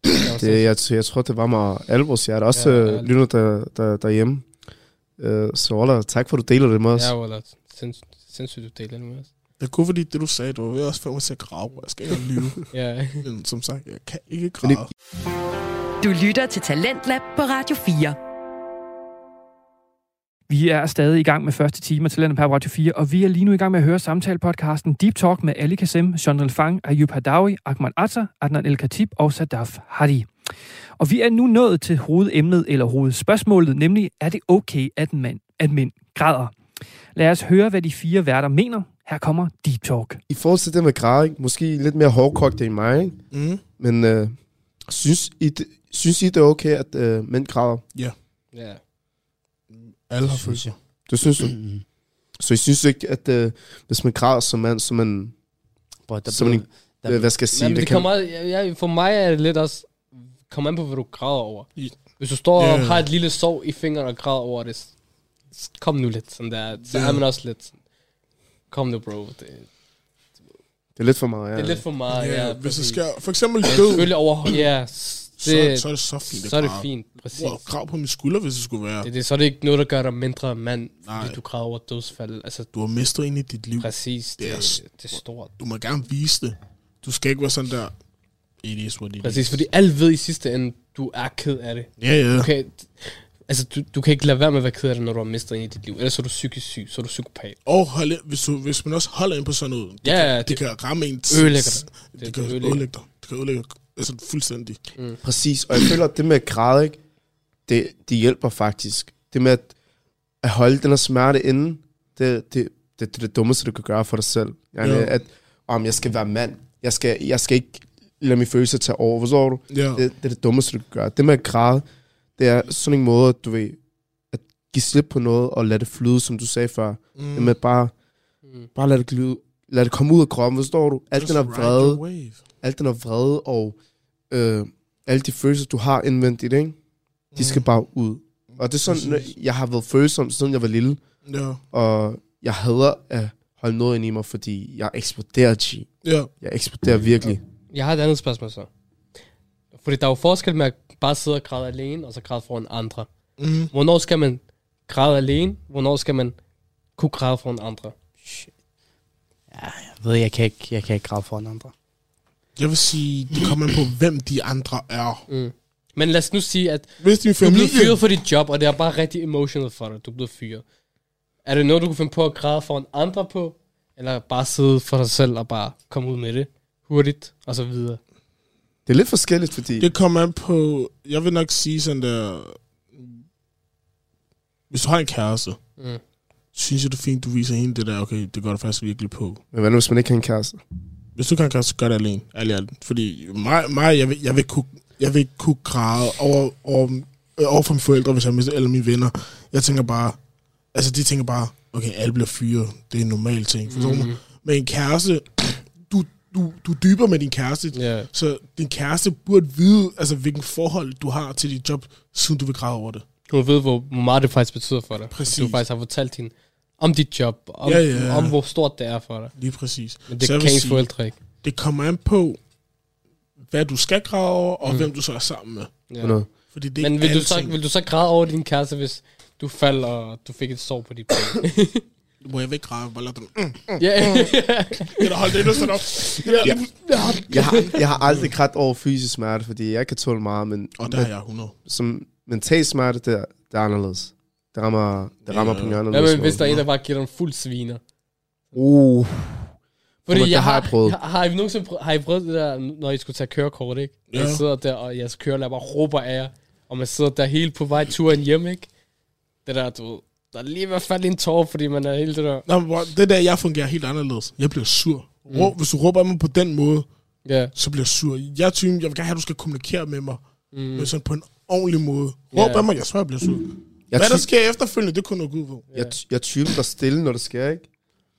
Speaker 6: var
Speaker 4: det,
Speaker 6: sindssygt-
Speaker 4: jeg, jeg tror, det var mig alvors hjerte. Også
Speaker 6: Ja,
Speaker 4: ja,
Speaker 6: ja.
Speaker 4: lytter der, der, derhjemme. Øh, så Ola, tak for, at du deler det med os.
Speaker 6: Ja,
Speaker 4: Ja.
Speaker 6: Wallah. Sinds- Sindssygt, altså. du deler det med os.
Speaker 7: Det er kun fordi, det du sagde, du var ved også få mig til at grave. Jeg skal ikke lyve.
Speaker 6: Ja.
Speaker 7: Men som sagt, jeg kan ikke
Speaker 4: Men det-
Speaker 7: grave.
Speaker 2: Du lytter til Talentlab på Radio 4.
Speaker 3: Vi er stadig i gang med første time af Talentet på Radio 4, og vi er lige nu i gang med at høre samtalepodcasten Deep Talk med Ali Kassem, Jean Fang, Ayub Hadawi, Ahmad Atta, Adnan El Khatib og Sadaf Hadi. Og vi er nu nået til hovedemnet eller hovedspørgsmålet, nemlig er det okay, at, mand, at mænd græder? Lad os høre, hvad de fire værter mener. Her kommer Deep Talk.
Speaker 4: I forhold til det med græd, ikke? måske lidt mere hårdkogt end mig, ikke?
Speaker 7: Mm.
Speaker 4: men øh, synes, I, det- synes I, det er okay, at øh, mænd græder?
Speaker 6: Ja.
Speaker 7: Alle har
Speaker 5: Det synes
Speaker 7: følelser.
Speaker 4: Det synes du?
Speaker 5: Mm.
Speaker 4: Så I synes ikke, at øh, hvis man græder som mand, så man,
Speaker 5: Bro, der
Speaker 4: så man
Speaker 5: blev- der-
Speaker 4: øh, hvad skal jeg sige?
Speaker 6: Nej, men det
Speaker 4: kan-
Speaker 6: kommer, meget- ja, ja, for mig er det lidt også, kom an på, hvad du græder over.
Speaker 7: I-
Speaker 6: Hvis du står og
Speaker 7: Ja.
Speaker 6: har et lille sår i fingeren og græder over det, s- s- kom nu lidt sådan der. Så
Speaker 7: Ja.
Speaker 6: er man også lidt sådan, kom nu bro. Det, det
Speaker 4: Det er lidt for meget, ja.
Speaker 6: er lidt for meget. Ja,
Speaker 7: Ja, hvis det
Speaker 6: præcis.
Speaker 7: sker, for eksempel
Speaker 6: Men
Speaker 7: død,
Speaker 6: Selvfølgelig over, ja, s-
Speaker 7: så,
Speaker 6: det,
Speaker 7: så er det så fint.
Speaker 6: så er det
Speaker 7: bare-
Speaker 6: fint, præcis.
Speaker 7: Wow, grav på min skulder, hvis det skulle være.
Speaker 6: Det, er det, så er det ikke noget, der gør dig mindre mand,
Speaker 7: Nej.
Speaker 6: fordi du græder over dødsfald. Altså,
Speaker 7: Du har mistet en i dit liv.
Speaker 6: præcis, det,
Speaker 7: Det er s-
Speaker 6: det, det er stort.
Speaker 7: Du må gerne vise det. Du skal ikke være sådan der, it is what it
Speaker 6: Præcis,
Speaker 7: is.
Speaker 6: fordi alle ved i sidste ende, du er ked af det.
Speaker 7: Ja, ja.
Speaker 6: Okay, altså, du, du kan ikke lade være med at være ked af det, når du har mistet en i dit liv. Ellers er du psykisk syg, så er du psykopat.
Speaker 7: Og holde, hvis, du, hvis man også holder ind på sådan noget, det,
Speaker 6: Ja, ja,
Speaker 7: kan,
Speaker 6: det-
Speaker 7: det, kan ramme en.
Speaker 6: ødelægger dig.
Speaker 7: Det,
Speaker 6: Det-
Speaker 7: kan
Speaker 6: det ødelægger. Mm.
Speaker 7: ødelægge dig. Det kan ødelægge altså, fuldstændig.
Speaker 4: Præcis, og jeg føler, at det med at græde, ikke? Det, det hjælper faktisk. Det med at, at holde den her smerte inde, det, det, det, det er det dummeste, du kan gøre for dig selv. Jeg,
Speaker 7: Ja.
Speaker 4: at, om jeg skal være mand, jeg skal, jeg skal ikke lade mine følelser tage over, forstår du?
Speaker 7: Ja.
Speaker 4: Det, det er det dummeste, du kan gøre. Det med at græde, det er sådan en måde, at du ved, at give slip på noget og lade det flyde, som du sagde før. Mm. Det med bare,
Speaker 6: Mm.
Speaker 4: bare lade det glide, lad det komme ud af kroppen, forstår du? Alt den her vrede,
Speaker 7: Wave.
Speaker 4: alt den her vrede og øh, alle de følelser, du har indvendigt, ikke? de skal bare ud. Og det er sådan,
Speaker 7: Mm. Præcis.
Speaker 4: jeg har været følsom, siden jeg var lille,
Speaker 7: Ja.
Speaker 4: og jeg hader at holde noget ind i mig, fordi jeg eksploderer, G.
Speaker 7: Ja.
Speaker 4: Jeg eksploderer virkelig.
Speaker 6: Jeg har et andet spørgsmål så. Fordi der er jo forskel med at bare sidde og græde alene, og så græde foran andre.
Speaker 7: Mm.
Speaker 6: Hvornår skal man græde alene? Hvornår skal man kunne græde foran andre?
Speaker 5: Jeg ved, jeg kan ikke, jeg kan ikke grave foran andre.
Speaker 7: Jeg vil sige, det kommer an på, hvem de andre er.
Speaker 6: Mm. Men lad os nu sige, at
Speaker 7: Hvis din
Speaker 6: du er
Speaker 7: familie...
Speaker 6: blevet fyret for dit job, og det er bare rigtig emotional for dig. Du er blevet fyret. Er det noget, du kunne finde på at græde foran andre på? Eller bare sidde for dig selv og bare komme ud med det hurtigt, og så videre?
Speaker 4: Det er lidt forskelligt, fordi...
Speaker 7: Det kommer an på, jeg vil nok sige sådan der, hvis du har en kæreste,
Speaker 6: Mm.
Speaker 7: synes jeg det er fint, du viser hende det der, okay, det går du faktisk virkelig på.
Speaker 4: Men hvad nu, hvis man ikke har en kæreste?
Speaker 7: Hvis du kan en kæreste, så gør det alene, ærlig, ærlig. Fordi mig, mig jeg, vil, jeg, vil kunne, jeg vil ikke kunne græde over, over, øh, over for mine forældre, hvis jeg mister alle mine venner. Jeg tænker bare, altså de tænker bare, okay, alle bliver fyre, det er en normal ting. Forstår mm. Men en kæreste, du, du, du dyber med din kæreste,
Speaker 6: Ja.
Speaker 7: Så din kæreste burde vide, altså hvilken forhold du har til dit job, siden du vil græde over det.
Speaker 6: Hun ved, hvor hvor meget det faktisk betyder for dig.
Speaker 7: Præcis.
Speaker 6: Du faktisk har fortalt hende om dit job, om,
Speaker 7: Ja, ja.
Speaker 6: om hvor stort det er for dig.
Speaker 7: Lige præcis.
Speaker 6: Men det
Speaker 7: Så jeg
Speaker 6: kan
Speaker 7: vil
Speaker 6: hendes
Speaker 7: sige,
Speaker 6: forældre ikke.
Speaker 7: Det kommer an på, hvad du skal græde over, og mm. hvem du så er sammen med.
Speaker 6: Ja.
Speaker 4: Ja. Noget.
Speaker 7: Fordi det er
Speaker 6: Men
Speaker 7: ikke
Speaker 6: vil du,
Speaker 7: alle
Speaker 6: så,
Speaker 7: ting.
Speaker 6: vil du så græde over din kæreste, hvis du falder, og du fik et sår på dit ben?
Speaker 7: Må jeg væk græde? Bare lad dem. Mm.
Speaker 6: ja,
Speaker 7: Kan du holde det endnu sådan op?
Speaker 4: Ja. Jeg, har, jeg har aldrig grædt over fysisk smerte, fordi jeg kan tåle meget, men,
Speaker 7: Og der
Speaker 4: men
Speaker 7: er jeg 100.
Speaker 4: som mental smerte, det er, det er anderledes. Det rammer, det rammer
Speaker 7: Ja.
Speaker 4: på en anderledes
Speaker 6: ja men hvis
Speaker 4: måde.
Speaker 6: der er en, der bare giver dig en fuld sviner.
Speaker 4: Uh,
Speaker 6: Fordi
Speaker 4: Jamen, det
Speaker 6: jeg
Speaker 4: har
Speaker 6: har,
Speaker 4: jeg prøvet.
Speaker 6: Har, har, I nogensinde prøvet, har I prøvet det der, når I skulle tage kørekort, ikke? Ja.
Speaker 7: Ja.
Speaker 6: Jeg sidder der, og jeres kørelærer bare råber af jer, og man sidder der helt på vej turen hjem, ikke? Det der, du ved, der er lige i hvert fald en tår, fordi man er helt det der...
Speaker 7: Nå, men bror, det der, jeg fungerer helt anderledes. Jeg bliver sur. Mm. Hvis du råber af mig på den måde,
Speaker 6: Ja,
Speaker 7: så bliver jeg sur. Jeg er typen, jeg vil gerne have, at du skal kommunikere med mig, mm. men sådan på en ordentlig måde.
Speaker 6: Ja.
Speaker 7: Råb af mig, jeg svarer, jeg bliver sur.
Speaker 4: jeg,
Speaker 7: Hvad der
Speaker 4: ty-
Speaker 7: sker efterfølgende, det kunne nok ud på.
Speaker 4: jeg, ty- jeg er typen, der er stille, når det sker, ikke?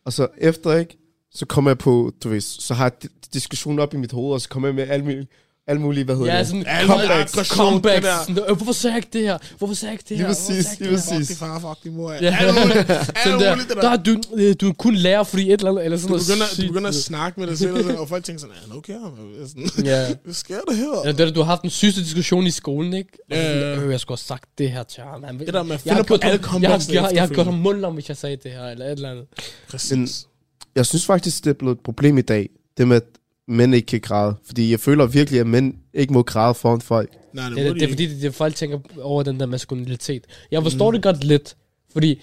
Speaker 4: Og så efter, ikke? Så kommer jeg på, du ved, så har jeg di- diskussionen op i mit hoved, og så kommer jeg med alle mulige, alle mulige hvad hedder
Speaker 6: ja
Speaker 4: det?
Speaker 6: sådan...
Speaker 7: Alle
Speaker 6: Comebacks,
Speaker 7: aggression,
Speaker 6: comebacks.
Speaker 7: det
Speaker 6: Sådan, "Øh, Hvorfor sagde jeg ikke det her? Hvorfor sagde jeg ikke det
Speaker 4: Lige
Speaker 6: her? Hvorfor sagde jeg
Speaker 4: præcis, lige
Speaker 6: ikke det her?"
Speaker 7: Fuck din
Speaker 4: præcis.
Speaker 7: far, fuck din mor.
Speaker 6: Ja.
Speaker 7: Alt muligt, alt
Speaker 6: Sådan der,
Speaker 7: muligt det
Speaker 6: der
Speaker 7: der.
Speaker 6: er du, øh, du er kun lærer, fordi et eller andet, eller sådan
Speaker 7: Du begynder,
Speaker 6: noget
Speaker 7: du
Speaker 6: sygt.
Speaker 7: begynder at snakke med dig selv, og, sådan, og folk tænker sådan, er han okay? Og jeg Sådan,
Speaker 6: Ja.
Speaker 7: Hvad sker der her?
Speaker 6: Eller det der, du har haft den sygeste diskussion i skolen, ikke? Og så
Speaker 7: Ja,
Speaker 6: sådan,
Speaker 7: ja, ja.
Speaker 6: øh, jeg skulle have sagt det her til ham. Han,
Speaker 7: Det der, man
Speaker 6: jeg
Speaker 7: finder
Speaker 6: har
Speaker 7: på
Speaker 6: gjort
Speaker 7: alle
Speaker 6: ham, jeg, har,
Speaker 7: comebacks
Speaker 6: jeg, har- jeg har
Speaker 7: efterfølgende.
Speaker 6: gjort ham mund om, hvis jeg sagde det her, eller et eller andet.
Speaker 7: Præcis.
Speaker 4: Jeg synes faktisk, det er blevet et problem i dag, det med, at mænd ikke kan græde. Fordi jeg føler virkelig, at mænd ikke må græde foran folk.
Speaker 7: Nej, det,
Speaker 6: Det,
Speaker 7: må
Speaker 6: det,
Speaker 7: de
Speaker 6: det er
Speaker 7: ikke.
Speaker 6: fordi, det, det, folk tænker over den der maskulinitet. Jeg forstår mm. det godt lidt, fordi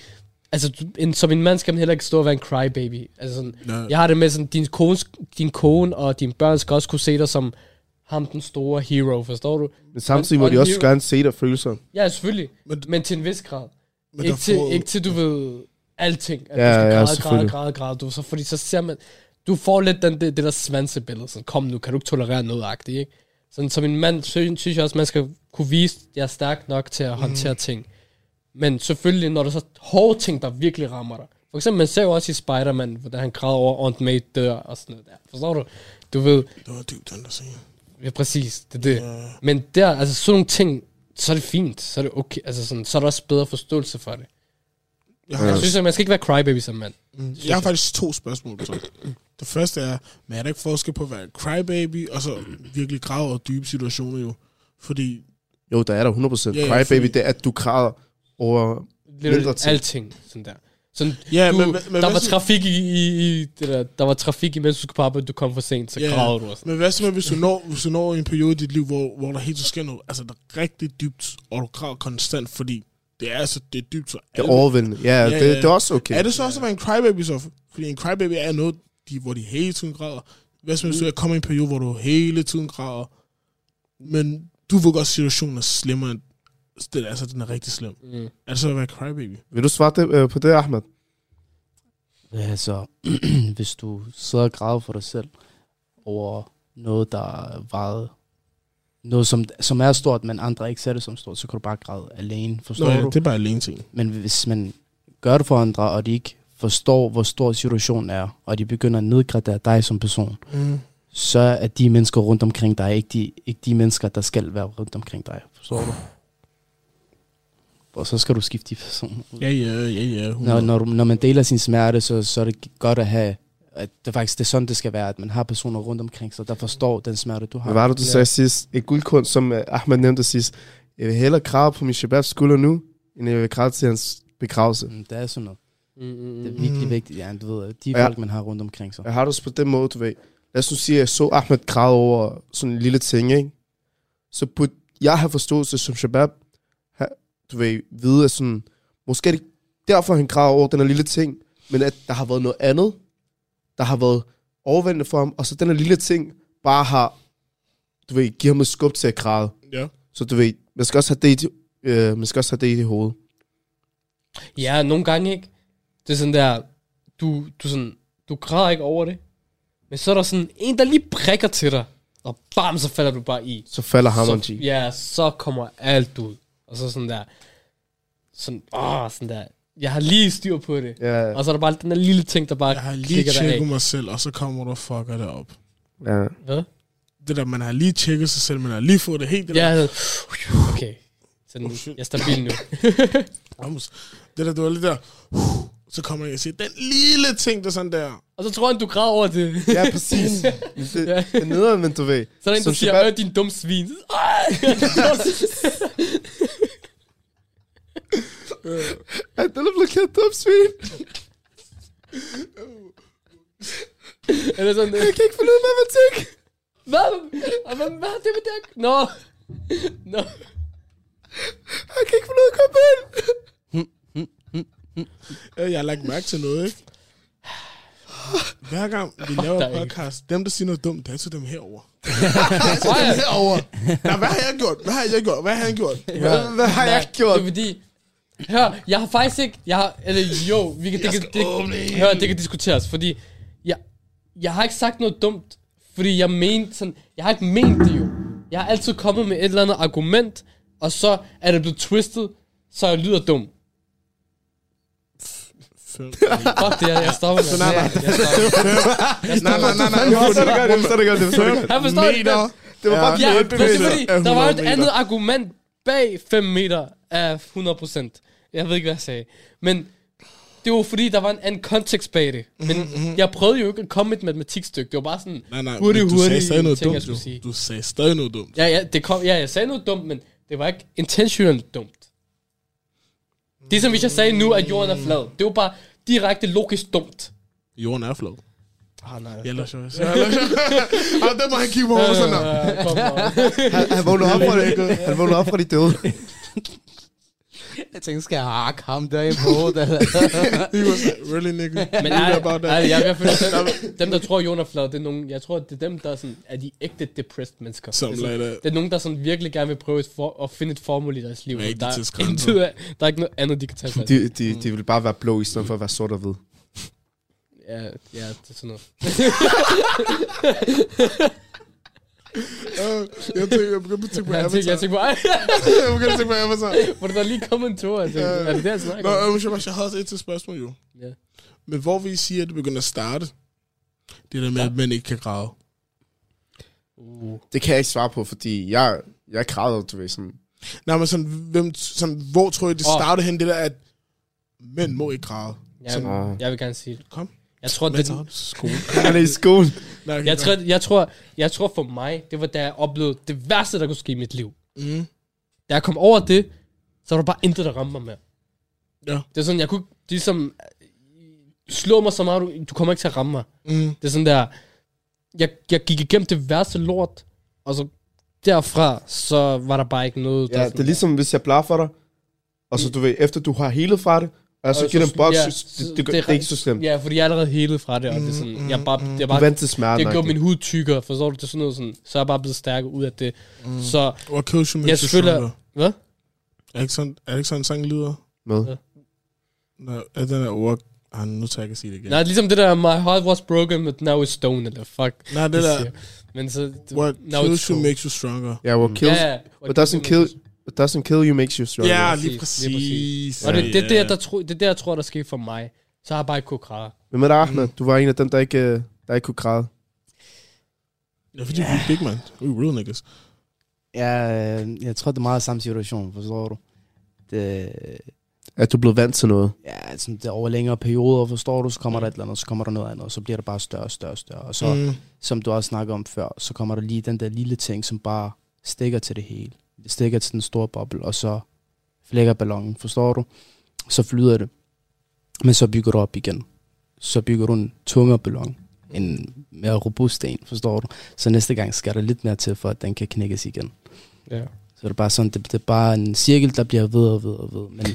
Speaker 6: altså, du- en, som en mand skal man heller ikke stå og være en crybaby. Altså sådan,
Speaker 7: Nej.
Speaker 6: jeg har det med sådan, din kone, din kone og dine børn skal også kunne se dig som ham, den store hero, forstår du?
Speaker 4: Men samtidig må
Speaker 6: og
Speaker 4: de også
Speaker 6: hiv-
Speaker 4: gerne se dig følelser.
Speaker 6: Ja, selvfølgelig, men,
Speaker 7: Men-
Speaker 6: men til en vis grad.
Speaker 7: Men
Speaker 6: ikke,
Speaker 7: der
Speaker 6: til,
Speaker 7: får-
Speaker 6: ikke til, du ved, alting. At
Speaker 4: Ja,
Speaker 6: du skal
Speaker 4: ja,
Speaker 6: græde, græde,
Speaker 4: selvfølgelig.
Speaker 6: græde, græde, du, så, fordi så ser man, du får lidt den, det, det der svansebillede, sådan, kom nu, kan du ikke tolerere noget agtigt, ikke? Sådan, som en mand, synes, synes jeg også, man skal kunne vise, at jeg er stærk nok til at håndtere ting. Men selvfølgelig, når der så hårde ting, der virkelig rammer dig. For eksempel, man ser jo også i Spider-Man, hvordan han græder over, Aunt May dør og sådan noget der. Forstår du? Du ved,
Speaker 7: Det var dybt, den der scene.
Speaker 6: Ja, præcis. Det er det. Yeah. Men der, altså sådan nogle ting, så er det fint. Så er det okay. Altså sådan, så er der også bedre forståelse for det.
Speaker 7: Jeg
Speaker 6: Jeg
Speaker 7: har,
Speaker 6: synes, at man skal ikke være crybaby som mand.
Speaker 7: jeg har faktisk to spørgsmål. Så. Det første er, men er der ikke forskel på at være crybaby, og så virkelig grave over dybe situationer jo? Fordi
Speaker 4: Jo, der er der 100%.
Speaker 7: Ja, ja,
Speaker 4: Yeah, Crybaby,
Speaker 7: fordi-
Speaker 4: det er, at du græder over... Mindre
Speaker 6: Lidt
Speaker 4: ting.
Speaker 6: alting, sådan der. Sådan,
Speaker 7: Ja,
Speaker 6: du,
Speaker 7: men- men- men
Speaker 6: der
Speaker 7: hvad
Speaker 6: var
Speaker 7: så-
Speaker 6: trafik i, i, i det der, der var trafik imens du skulle på arbejde, du kom for sent, så yeah. græder du og sådan.
Speaker 7: Men hvad så med, hvis du når, hvis du når en periode i dit liv, hvor, hvor der helt så sker noget, altså der er rigtig dybt, og du græder konstant, fordi det er altså, det er dybt så
Speaker 4: Det er
Speaker 7: alvor.
Speaker 4: overvældende. Ja, yeah,
Speaker 7: ja,
Speaker 4: yeah, det,
Speaker 7: ja.
Speaker 4: det er også okay.
Speaker 7: Er det så også at være en crybaby så? Fordi en crybaby er noget, de, hvor de hele tiden græder. Hvad så hvis du kommer i en periode, hvor du hele tiden græder, men du ved godt, situationen er slemmere end den, altså, den er rigtig slem.
Speaker 6: Mm.
Speaker 7: Er det så at være crybaby?
Speaker 4: Vil du svare det, øh, på det, Ahmed?
Speaker 5: Ja, så hvis du sidder og græder for dig selv over noget, der vejede noget, som, som er stort, men andre ikke ser det som stort, så kan du bare græde alene,
Speaker 7: Nå,
Speaker 5: forstår
Speaker 7: ja,
Speaker 5: du?
Speaker 7: det er bare alene ting.
Speaker 5: Men hvis man gør det for andre, og de ikke forstår, hvor stor situationen er, og de begynder at nedgradere dig som person,
Speaker 7: Mm.
Speaker 5: så er de mennesker rundt omkring dig ikke de, ikke de mennesker, der skal være rundt omkring dig. Forstår du? Og så skal du skifte de personer. ud.
Speaker 7: Ja, ja, ja, ja.
Speaker 5: Når,
Speaker 7: 100.
Speaker 5: når, du- når man deler sin smerte, så, så er det godt at have, at det faktisk det er sådan, det skal være, at man har personer rundt omkring sig, der forstår den smerte, du
Speaker 4: Hvad
Speaker 5: har.
Speaker 4: var det, du sagde sidst? Et guldkorn, som øh, Ahmed nævnte sidst. Jeg vil hellere græde på min shababs skulder nu, end jeg vil græde til hans begravelse.
Speaker 5: Mm, Det er sådan noget.
Speaker 6: Mm,
Speaker 5: Det
Speaker 6: mm,
Speaker 5: er
Speaker 6: mm.
Speaker 5: virkelig
Speaker 7: Mm.
Speaker 5: vigtigt. Ja, du ved, de
Speaker 4: Ja.
Speaker 5: folk, man har rundt omkring sig.
Speaker 4: Jeg har det også på den måde, du ved. Lad os nu sige, at jeg så Ahmed græde over sådan en lille ting, ikke? Så burde jeg have forståelse som shabab, ha- du ved, vide, at sådan, måske er det ikke derfor, han græder over den her lille ting, men at der har været noget andet, der har været overvældende for ham, og så den her lille ting bare har, du du ved, giver ham et skub til at græde.
Speaker 7: Ja.
Speaker 4: Så du ved, man skal også have det i, øh, man skal også have det i hovedet.
Speaker 6: Ja, nogle gange ikke. Det er sådan der, du, du, sådan, du græder ikke over det. Men så er der sådan en, der lige prikker til dig. Og bam, så falder du bare i.
Speaker 4: Så falder hammeren,
Speaker 6: så,
Speaker 4: G.
Speaker 6: Ja, så kommer alt ud. Og så sådan der, sådan, åh, sådan der, jeg har lige styr på det.
Speaker 4: Ja,
Speaker 6: Og så er der bare den der lille ting, der bare
Speaker 7: Jeg har lige
Speaker 6: klikker dig af.
Speaker 7: tjekket mig selv, og så kommer du og fucker det op.
Speaker 4: ja.
Speaker 6: Hvad?
Speaker 7: Det der, man har lige tjekket sig selv, man har lige fået det helt. Det,
Speaker 6: Ja,
Speaker 7: der,
Speaker 6: okay. Sådan, jeg er stabil nu.
Speaker 7: Vamos. det der, du var lige der. Så kommer jeg og siger, den lille ting, der sådan der.
Speaker 6: Og så tror han, du græder over det.
Speaker 4: ja præcis. Men Det, det er nederen, men du ved.
Speaker 6: Så er der en, der
Speaker 4: som
Speaker 6: siger, øh,
Speaker 4: Shabab-
Speaker 6: din dumme svin. Ej!
Speaker 4: Ej, den er blokeret, dum svin.
Speaker 6: Eller sådan, jeg kan ikke finde ud af matematik. Hvad? Og Hvad, hvad har det med det? at- Nå. Nå. Jeg kan ikke finde ud af at komme ind.
Speaker 7: Ja, Øh, Jeg har lagt mærke til noget, ikke? Hver gang vi laver
Speaker 6: der
Speaker 7: oh,
Speaker 6: er
Speaker 7: podcast, dem der siger noget dumt, der er så dem herover.
Speaker 6: Tror jeg.
Speaker 7: Herover. Nej, hvad har jeg gjort? Hvad har jeg gjort? Hvad har han gjort?
Speaker 4: Hvad, hvad har jeg gjort?
Speaker 6: Det er fordi... Hør, jeg har faktisk ikke... Jeg har, eller jo, vi kan, det, kan, det, hør, det kan diskuteres, fordi... Jeg, jeg har ikke sagt noget dumt, fordi jeg mente sådan... Jeg har ikke ment det jo. Jeg har altid kommet med et eller andet argument, og så er det blevet twistet, så jeg lyder dum. Fuck det, jeg, jeg stopper med. Så nej, nej. Jeg stopper.
Speaker 7: Nej, nej, nej, nej.
Speaker 4: Så er det godt, så er det godt, så er det godt.
Speaker 6: Han forstår det.
Speaker 7: Meter.
Speaker 4: Det var bare
Speaker 6: Ja,
Speaker 4: ja,
Speaker 6: men det er fordi, der
Speaker 7: 100
Speaker 6: var jo et
Speaker 7: meter.
Speaker 6: andet argument bag 5 meter af 100%. Jeg ved ikke, hvad jeg sagde. Men det var fordi, der var en anden kontekst bag det. Men jeg prøvede jo ikke at komme med et matematikstykke. Det var bare sådan
Speaker 7: Nej, nej,
Speaker 6: hurtigt,
Speaker 7: men du sagde
Speaker 6: hurtigt
Speaker 7: stadig noget
Speaker 6: ting, jeg
Speaker 7: dumt,
Speaker 6: skulle sige.
Speaker 7: du. Du sagde stadig noget dumt.
Speaker 6: Ja, ja, det kom, ja, jeg sagde noget dumt, men det var ikke intentionelt dumt. Det er som hvis jeg sagde nu, at jorden er flad. Det var bare direkte logisk dumt.
Speaker 7: Jorden er flad.
Speaker 6: Ah, nej,
Speaker 7: Jeg lader sjov. Jeg lader sjov. Ah, der må han kigge på mig sådan der.
Speaker 4: Han, han vågnede op fra det. Han vågnede op fra de døde.
Speaker 5: Jeg tænkte, skal jeg hakke ham der i hovedet? eller?
Speaker 7: He was like, really nigga?
Speaker 6: Men
Speaker 7: Really
Speaker 6: nej,
Speaker 7: about that?
Speaker 6: nej, jeg, jeg føler, dem, dem, der tror, Jon er flad, det er nogen, jeg tror, det er dem, der er, sådan, er de ægte depressed mennesker.
Speaker 7: Something
Speaker 6: det, er sådan,
Speaker 7: like that.
Speaker 6: det er nogen, der sådan virkelig gerne vil prøve et for, at finde et formål i deres liv.
Speaker 7: Med ægte
Speaker 6: der, er
Speaker 7: tidsgrænser.
Speaker 6: intet af- der er ikke noget andet, de kan tage fast.
Speaker 4: De, de, de ville bare være blå, i stedet for at være sort og hvid.
Speaker 6: Ja, ja, det er sådan noget.
Speaker 7: Øh, Jeg tænker, jeg begyndte at tænke på
Speaker 6: Jeg
Speaker 7: Avatar.
Speaker 6: tænkte, jeg tænkte på, ej,
Speaker 7: Jeg begyndte at tænke på Avatar.
Speaker 6: hvor der lige kom en tur. Altså,
Speaker 7: Øh,
Speaker 6: er det der, jeg snakker
Speaker 7: Nå,
Speaker 6: om?
Speaker 7: øh, Shabazz, jeg havde også et til spørgsmål jo.
Speaker 6: Ja.
Speaker 7: Men hvor vi siger, at det begynder at starte, det der med, at mænd ikke kan græde.
Speaker 6: Uh,
Speaker 4: Det kan jeg ikke svare på, fordi jeg, jeg græder, du ved, sådan.
Speaker 7: Nej, men sådan, hvem, sådan, hvor tror jeg, det
Speaker 6: Åh.
Speaker 7: startede hen, det der, at mænd må ikke græde.
Speaker 6: Jeg, jeg vil gerne sige det.
Speaker 7: Kom.
Speaker 6: Jeg tror,
Speaker 7: Mænd
Speaker 6: det,
Speaker 7: tager skole.
Speaker 4: Han er i skolen.
Speaker 7: Nej, okay,
Speaker 6: jeg,
Speaker 7: nå.
Speaker 6: tror, jeg, tror, jeg tror for mig, det var da jeg oplevede det værste, der kunne ske i mit liv.
Speaker 7: Mm.
Speaker 6: Da jeg kom over det, så var der bare intet, der ramte mig mere.
Speaker 7: Ja.
Speaker 6: Det er sådan, jeg kunne ikke ligesom øh, slå mig så meget, du, du kommer ikke til at ramme mig.
Speaker 7: Mm.
Speaker 6: Det er sådan der, jeg, jeg gik igennem det værste lort, og så derfra, så var der bare ikke noget.
Speaker 4: Ja, det er ligesom, hvis jeg blaffer dig, og så du ved, efter du har helet fra det, og så giver den boks,
Speaker 6: ja,
Speaker 4: det,
Speaker 6: så-
Speaker 4: det, det, det, er ikke så slemt. Mm,
Speaker 6: Ja, fordi jeg er allerede helet fra det, og det er sådan, jeg er bare, det er
Speaker 4: Du
Speaker 6: bare,
Speaker 4: vant til smerten.
Speaker 6: det gjorde min hud tykkere, forstår du, det er sådan noget sådan, så er jeg bare blevet stærkere ud af det. Mm. Så,
Speaker 7: What kills you
Speaker 6: Jeg
Speaker 7: makes you
Speaker 6: føler-
Speaker 7: stronger.
Speaker 6: hvad?
Speaker 7: Er det ikke sådan, er det ikke sådan en sang lyder?
Speaker 4: med.
Speaker 6: Uh.
Speaker 7: Nej, er den der what? Ah, nu tager jeg ikke at sige det igen.
Speaker 6: Nej, ligesom det der, my heart was broken, but now it's stone, eller fuck.
Speaker 7: Nej det der,
Speaker 6: siger. Men så, det,
Speaker 7: what
Speaker 6: it's
Speaker 7: kills you
Speaker 6: cool.
Speaker 7: makes you stronger.
Speaker 4: Ja, what kills,
Speaker 6: Ja, ja.
Speaker 4: what doesn't kill, what doesn't kill you makes you stronger.
Speaker 7: Ja,
Speaker 6: lige
Speaker 7: lige
Speaker 6: præcis,
Speaker 7: præcis.
Speaker 6: lige
Speaker 7: præcis.
Speaker 6: Og det, det, er der, der tro, det er der, jeg tror, der skete for mig. Så har jeg bare ikke kunnet græde.
Speaker 4: Men med dig, Ahmed, du var en af dem, der ikke, øh, der ikke kunne græde.
Speaker 7: Ja, fordi vi er big man. We real niggas.
Speaker 5: ja, øh, jeg tror, det er meget samme situation, forstår du? Det,
Speaker 4: At du blev vant til noget.
Speaker 5: ja, sådan der over længere perioder, forstår du, så kommer der et eller andet, så kommer der noget andet, og så bliver det bare større og større og større. Og så, mm. som du også snakkede om før, så kommer der lige den der lille ting, som bare stikker til det hele. Det stikker til den store boble, og så flækker ballonen, forstår du? Så flyder det. Men så bygger du op igen. Så bygger du en tungere ballon, en mere robust en, forstår du? Så næste gang skal der lidt mere til, for at den kan knækkes igen.
Speaker 6: Ja.
Speaker 5: Så er det bare sådan, det, det er bare en cirkel, der bliver ved og ved og ved. Men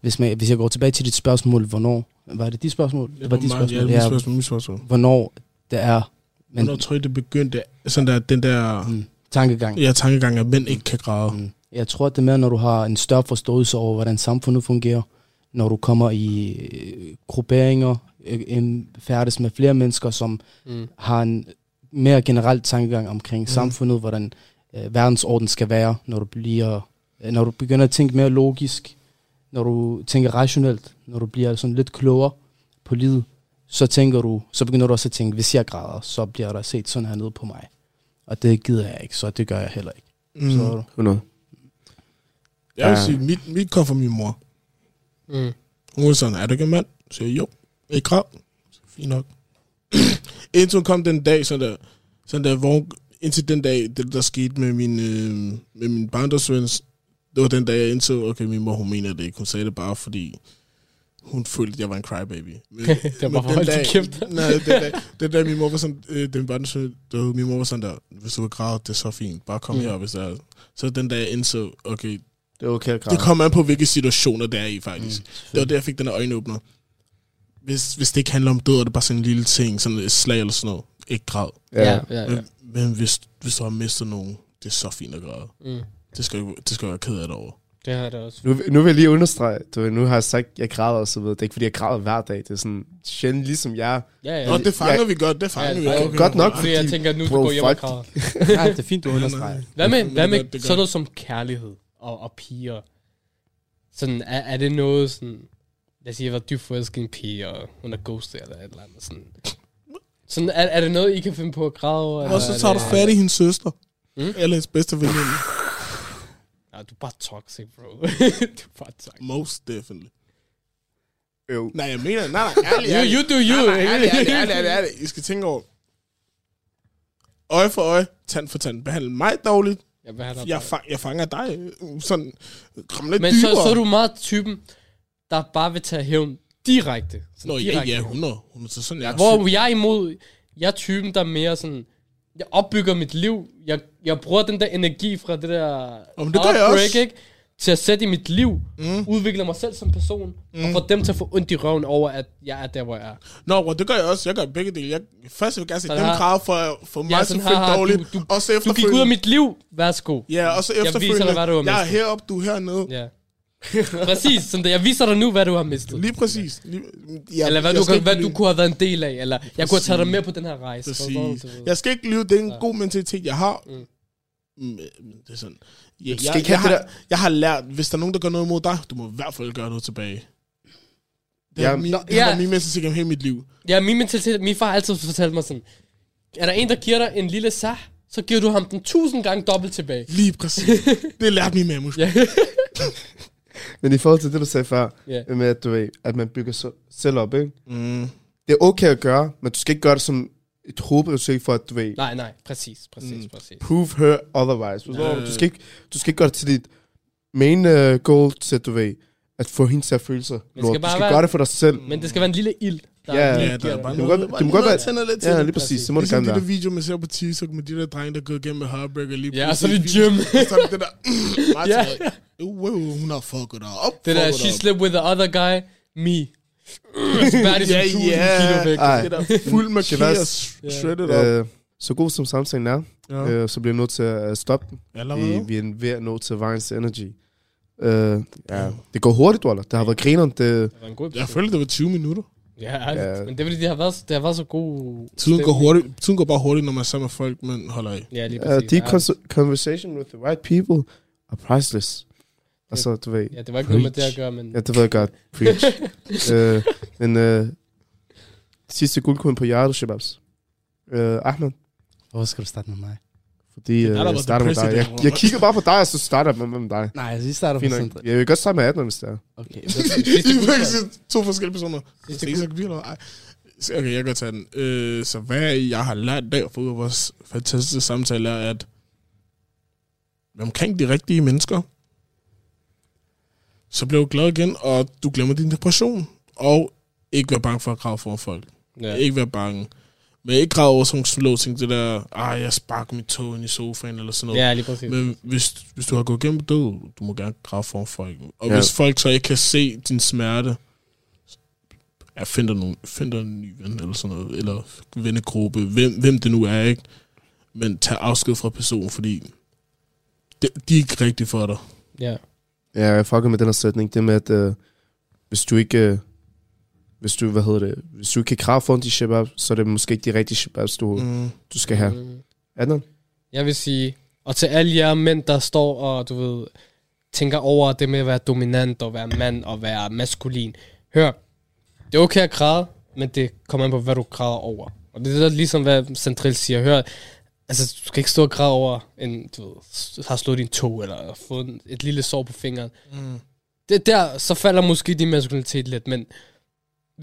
Speaker 5: hvis, man, hvis jeg går tilbage til dit spørgsmål, hvornår... Var det dit spørgsmål? Det var dit
Speaker 7: Ja,
Speaker 5: spørgsmål.
Speaker 7: det var
Speaker 5: Ja,
Speaker 7: spørgsmål, mit spørgsmål.
Speaker 5: hvornår det er... Men,
Speaker 7: Hvornår tror I, det begyndte, sådan der, den der,
Speaker 5: Mm. tankegang.
Speaker 7: Ja, tankegang, at mænd ikke kan græde.
Speaker 5: Mm. Jeg tror, det er mere, når du har en større forståelse over, hvordan samfundet fungerer, når du kommer i øh, grupperinger, øh, en- færdes med flere mennesker, som
Speaker 6: Mm.
Speaker 5: har en mere generel tankegang omkring mm. samfundet, hvordan øh, verdensorden skal være, når du bliver, øh, når du begynder at tænke mere logisk, når du tænker rationelt, når du bliver sådan lidt klogere på livet, så tænker du, så begynder du også at tænke, hvis jeg græder, så bliver der set sådan her nede på mig. Og det gider jeg ikke, så det gør jeg heller ikke.
Speaker 7: Mm.
Speaker 5: Mm. Så,
Speaker 4: 100.
Speaker 7: Jeg vil
Speaker 4: Ja.
Speaker 7: sige, mit, mit kom fra min mor.
Speaker 6: Mm.
Speaker 7: Hun var sådan, er du ikke en mand? Så siger jeg, jo, ikke krav. Så fint nok. indtil hun kom den dag, så der, så der hvor hun, indtil den dag, det der skete med min, øh, med min barndomsvens, det var den dag, jeg indså, okay, min mor, hun mener det ikke. Hun sagde det bare, fordi hun følte, at jeg var en crybaby. Men,
Speaker 6: Det var
Speaker 7: men
Speaker 6: bare
Speaker 7: den
Speaker 6: for at holde
Speaker 7: dag-
Speaker 6: kæft.
Speaker 7: Nej, den dag, den dag min mor var sådan, øh, den barndomsven, det var, min mor var sådan der, hvis du vil græde, det er så fint, bare kom
Speaker 6: Mm.
Speaker 7: mm. her, hvis der er. Så den dag, jeg indså, okay,
Speaker 4: Det er okay at græde.
Speaker 7: det kommer an på, hvilke situationer det er i, faktisk.
Speaker 5: mm,
Speaker 7: Det var der, jeg fik den her øjenåbner. Hvis, hvis det ikke handler om død, og det er bare sådan en lille ting, sådan et slag eller sådan noget, ikke græd.
Speaker 6: Ja, ja, ja.
Speaker 7: Men, men hvis, hvis du har mistet nogen, det er så fint at græde.
Speaker 6: Mm.
Speaker 7: Det skal, du- det skal du være ked af det over.
Speaker 6: Det har jeg da også.
Speaker 4: Nu, nu vil jeg lige understrege, du, ved, nu har jeg sagt, at jeg græder og så videre. Det er ikke, fordi jeg græder hver dag. Det er sådan sjældent, ligesom jeg.
Speaker 6: Ja, ja.
Speaker 7: Nå, det fanger
Speaker 4: jeg-
Speaker 7: vi godt, det fanger
Speaker 6: Ja,
Speaker 7: vi.
Speaker 6: okay.
Speaker 4: Godt nok,
Speaker 6: Fordi jeg tænker, at nu du
Speaker 4: Bro,
Speaker 6: går hjem og
Speaker 4: fuck.
Speaker 6: græder.
Speaker 5: Nej, det er fint, du understreger.
Speaker 6: Hvad
Speaker 7: Det
Speaker 6: med,
Speaker 7: er
Speaker 6: hvad med
Speaker 7: godt, det er
Speaker 6: sådan noget som kærlighed og, og piger? Sådan, er, er det noget sådan... Lad os sige, jeg var dybt forelsket i en pige, og hun er ghostet eller et eller andet. Sådan, sådan er, er det noget, I kan finde på at græde over? eller
Speaker 7: Og så
Speaker 6: er
Speaker 7: tager du
Speaker 6: det-
Speaker 7: fat i hendes søster.
Speaker 6: Mm.
Speaker 7: Eller hendes bedste veninde.
Speaker 6: Nej, du er bare toxic, bro. du er bare toxic.
Speaker 7: Most definitely.
Speaker 4: Øv.
Speaker 7: Nej, jeg mener, nej, nej, ærlig,
Speaker 6: You,
Speaker 7: ærlig.
Speaker 6: you do you.
Speaker 7: Nej, nej, ærlig, ærlig, ærlig, ærlig, ærlig. I skal tænke over. Øje for øje, tand for tand. Behandle mig dårligt,
Speaker 6: Jeg behandler
Speaker 7: jeg,
Speaker 6: dig.
Speaker 7: fang, jeg fanger dig. øh, Sådan, kom lidt
Speaker 6: Men så,
Speaker 7: dybere.
Speaker 6: så er du meget typen, der bare vil tage hævn direkte. Sådan
Speaker 7: Nå, ja,
Speaker 6: direkte
Speaker 7: ja,
Speaker 6: hævn.
Speaker 7: 100. 100 så sådan, jeg,
Speaker 6: Hvor jeg er imod, jeg er typen, der er mere sådan, jeg opbygger mit liv, jeg, jeg bruger den der energi fra det der
Speaker 7: Om det gør jeg også.
Speaker 6: ikke? til at sætte i mit liv,
Speaker 7: Mm.
Speaker 6: mm. udvikle mig selv som person, mm. og få dem til at få ondt i røven over, at jeg er der, hvor jeg er.
Speaker 7: Nå, bro, det gør jeg også. Jeg gør begge dele. Jeg, først vil jeg gerne se
Speaker 6: Så
Speaker 7: dem
Speaker 6: har-
Speaker 7: græde for, for mig, som
Speaker 6: sådan,
Speaker 7: følte
Speaker 6: haha,
Speaker 7: dårligt.
Speaker 6: du-
Speaker 7: og så
Speaker 6: Du gik ud af mit liv, værsgo.
Speaker 7: Ja, og så
Speaker 6: viser dig,
Speaker 7: efterfølgende.
Speaker 6: hvad du har
Speaker 7: jeg er
Speaker 6: mistet.
Speaker 7: heroppe, du er hernede.
Speaker 6: Ja. Præcis, sådan der. jeg viser dig nu, hvad du har mistet.
Speaker 7: Lige præcis. Lige, jeg,
Speaker 6: eller hvad
Speaker 7: jeg
Speaker 6: du,
Speaker 7: skal
Speaker 6: kan,
Speaker 7: ikke
Speaker 6: hvad du
Speaker 7: lyve.
Speaker 6: kunne have været en del af, eller jeg kunne have taget dig
Speaker 7: Præcis.
Speaker 6: med på den her rejse.
Speaker 7: Præcis.
Speaker 6: Forstår du?
Speaker 7: Jeg skal ikke lyve. Det er en ja. god mentalitet, jeg har.
Speaker 6: Mm.
Speaker 7: Mm. Men det er sådan. Jeg,
Speaker 4: skal
Speaker 7: jeg, jeg,
Speaker 4: ikke have det
Speaker 7: har, jeg har lært, hvis der er nogen, der gør noget mod dig, du må i hvert fald gøre noget tilbage. Det
Speaker 4: Ja.
Speaker 7: har min,
Speaker 6: Nå,
Speaker 7: det har
Speaker 6: ja.
Speaker 7: været min mentalitet gennem hele mit liv.
Speaker 6: Ja, min mentalitet, min far har altid fortalt mig sådan, er der en, der giver dig en lille sag, så giver du ham den tusind gange dobbelt tilbage.
Speaker 7: Lige præcis. det lærte min mamus.
Speaker 6: Ja.
Speaker 4: Men i forhold til det, du sagde før,
Speaker 6: Ja.
Speaker 4: yeah. med at, du ved, at man bygger sig selv op, ikke?
Speaker 7: Mm.
Speaker 4: Det er okay at gøre, men du skal ikke gøre det som et hovedprojekt for, at du ved,
Speaker 6: Nej, nej, præcis, præcis, mm. præcis.
Speaker 4: prove her otherwise. Forstår
Speaker 7: Øh.
Speaker 4: Du, du, skal ikke, du skal ikke gøre det til dit main uh, goal til, at du ved, at få hende til at føle sig
Speaker 6: skal
Speaker 4: lort. Du skal
Speaker 6: bare være-
Speaker 4: gøre det for dig selv.
Speaker 6: Men det skal være en lille ild. Der
Speaker 4: Ja,
Speaker 7: Ja, der er bare
Speaker 4: Det må
Speaker 7: noget,
Speaker 4: godt-
Speaker 7: der
Speaker 4: det må godt
Speaker 7: bare noget,
Speaker 4: være-
Speaker 7: der tænder lidt til.
Speaker 4: Ja,
Speaker 7: det.
Speaker 4: lige præcis.
Speaker 6: præcis.
Speaker 4: Det må du
Speaker 7: Ligesom
Speaker 4: gerne
Speaker 7: det der
Speaker 4: være.
Speaker 7: video, man ser på TikTok med de der drenge, der går igennem med heartbreaker lige
Speaker 6: Ja, og så
Speaker 7: præcis.
Speaker 6: det gym.
Speaker 7: Og så er det det der, mm, meget
Speaker 6: Ja.
Speaker 7: yeah. wow, hun har fucket dig op.
Speaker 6: det der, she slept with the other guy, me. Spærdig som
Speaker 7: Ja,
Speaker 6: tusind
Speaker 7: ja.
Speaker 6: kilo væk.
Speaker 4: Ej.
Speaker 7: Det der fuld markeret,
Speaker 4: Shavas.
Speaker 7: shredded op.
Speaker 4: Øh, så god som samtalen er, øh, så bliver jeg nødt til at stoppe den. Vi,
Speaker 7: Allerede?
Speaker 4: vi er ved at nå til vejens energy. Øh, ja.
Speaker 6: Mm.
Speaker 4: Det går hurtigt, Waller. Det har været grineren. Det,
Speaker 6: Det var en god
Speaker 7: Jeg
Speaker 6: episode.
Speaker 7: følte, det var 20 minutter.
Speaker 6: Ja, ærligt.
Speaker 4: Ja.
Speaker 6: Men det er fordi, det har været, det har været så god...
Speaker 7: Tiden går,
Speaker 6: stemning.
Speaker 7: hurtigt, tiden går bare hurtigt, når man er sammen med folk, man holder af.
Speaker 6: Ja, lige
Speaker 4: uh,
Speaker 6: præcis.
Speaker 4: deep
Speaker 6: Ja.
Speaker 4: cons- conversation with the right people are priceless. Altså, du ved...
Speaker 6: Ja, det var ikke noget med det
Speaker 4: Preach.
Speaker 6: at gøre, men...
Speaker 4: Ja, det ved jeg godt. Preach. øh, men øh, sidste guldkorn på hjertet, Shababs. Øh, Ahmed,
Speaker 5: Hvorfor skal du starte med mig?
Speaker 4: fordi
Speaker 7: er
Speaker 4: øh,
Speaker 7: der
Speaker 4: jeg
Speaker 7: været
Speaker 4: starter med
Speaker 7: the
Speaker 4: dig. Jeg,
Speaker 7: president.
Speaker 4: jeg kigger bare på dig, og så starter jeg med, med dig.
Speaker 5: Nej, altså, I starter med
Speaker 4: Fint
Speaker 5: Sandra.
Speaker 4: nok. Jeg vil godt starte med Adnan, hvis det er.
Speaker 5: Okay.
Speaker 7: Det er faktisk to forskellige personer.
Speaker 6: Sidste
Speaker 7: Så Isak Bieler, ej. Så, Okay, jeg kan tage den. Øh, så hvad jeg har lært der for ud af vores fantastiske samtale er, at være omkring de rigtige mennesker, så bliver du glad igen, og du glemmer din depression. Og ikke være bange for at grave for folk.
Speaker 6: Ja.
Speaker 7: Ja. Ikke være bange. Men ikke grave over sådan nogle slow ting, det der, ah, jeg sparker mit tog ind i sofaen, eller sådan noget.
Speaker 6: Ja, lige præcis.
Speaker 7: Men hvis, hvis du har gået gennem død, du må gerne grave for folk. Og ja.
Speaker 4: Ja.
Speaker 7: hvis folk så ikke kan se din smerte, ja, find dig, nogen, find dig en ny ven eller sådan noget, eller vennegruppe, hvem, hvem det nu er, ikke? men tag afsked fra personen, fordi de, de er ikke rigtige for dig.
Speaker 6: Ja.
Speaker 4: Ja, jeg fucker med den her sætning. Det med, at øh, hvis du ikke... Øh, hvis du, hvad hedder det, hvis du ikke kan krav for de shabab, så er det måske ikke de rigtige shababs, du, mm.
Speaker 7: Mm.
Speaker 4: du skal have.
Speaker 6: Mm.
Speaker 4: Adnan?
Speaker 6: Jeg vil sige, og til alle jer mænd, der står og, du ved, tænker over det med at være dominant og være mand og være maskulin. Hør, det er okay at græde, men det kommer an på, hvad du græder over. Og det er det, der ligesom, hvad Centril siger. Hør, altså, du skal ikke stå og græde over, en, du ved, s- har slået din tog eller fået en- et lille sår på fingeren.
Speaker 7: Mm.
Speaker 6: det der, så falder måske din maskulinitet lidt, men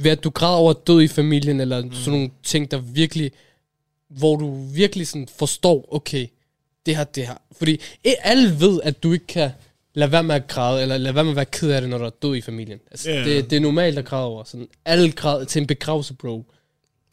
Speaker 6: ved at du græder over død i familien, eller mm. sådan nogle ting, der virkelig, hvor du virkelig sådan forstår, okay, det her, det her. Fordi eh, alle ved, at du ikke kan lade være med at græde, eller lade være med at være ked af det, når der er død i familien. Altså,
Speaker 7: Ja.
Speaker 6: yeah. det, det er normalt at græde over. Sådan, alle græder til en begravelse, bro.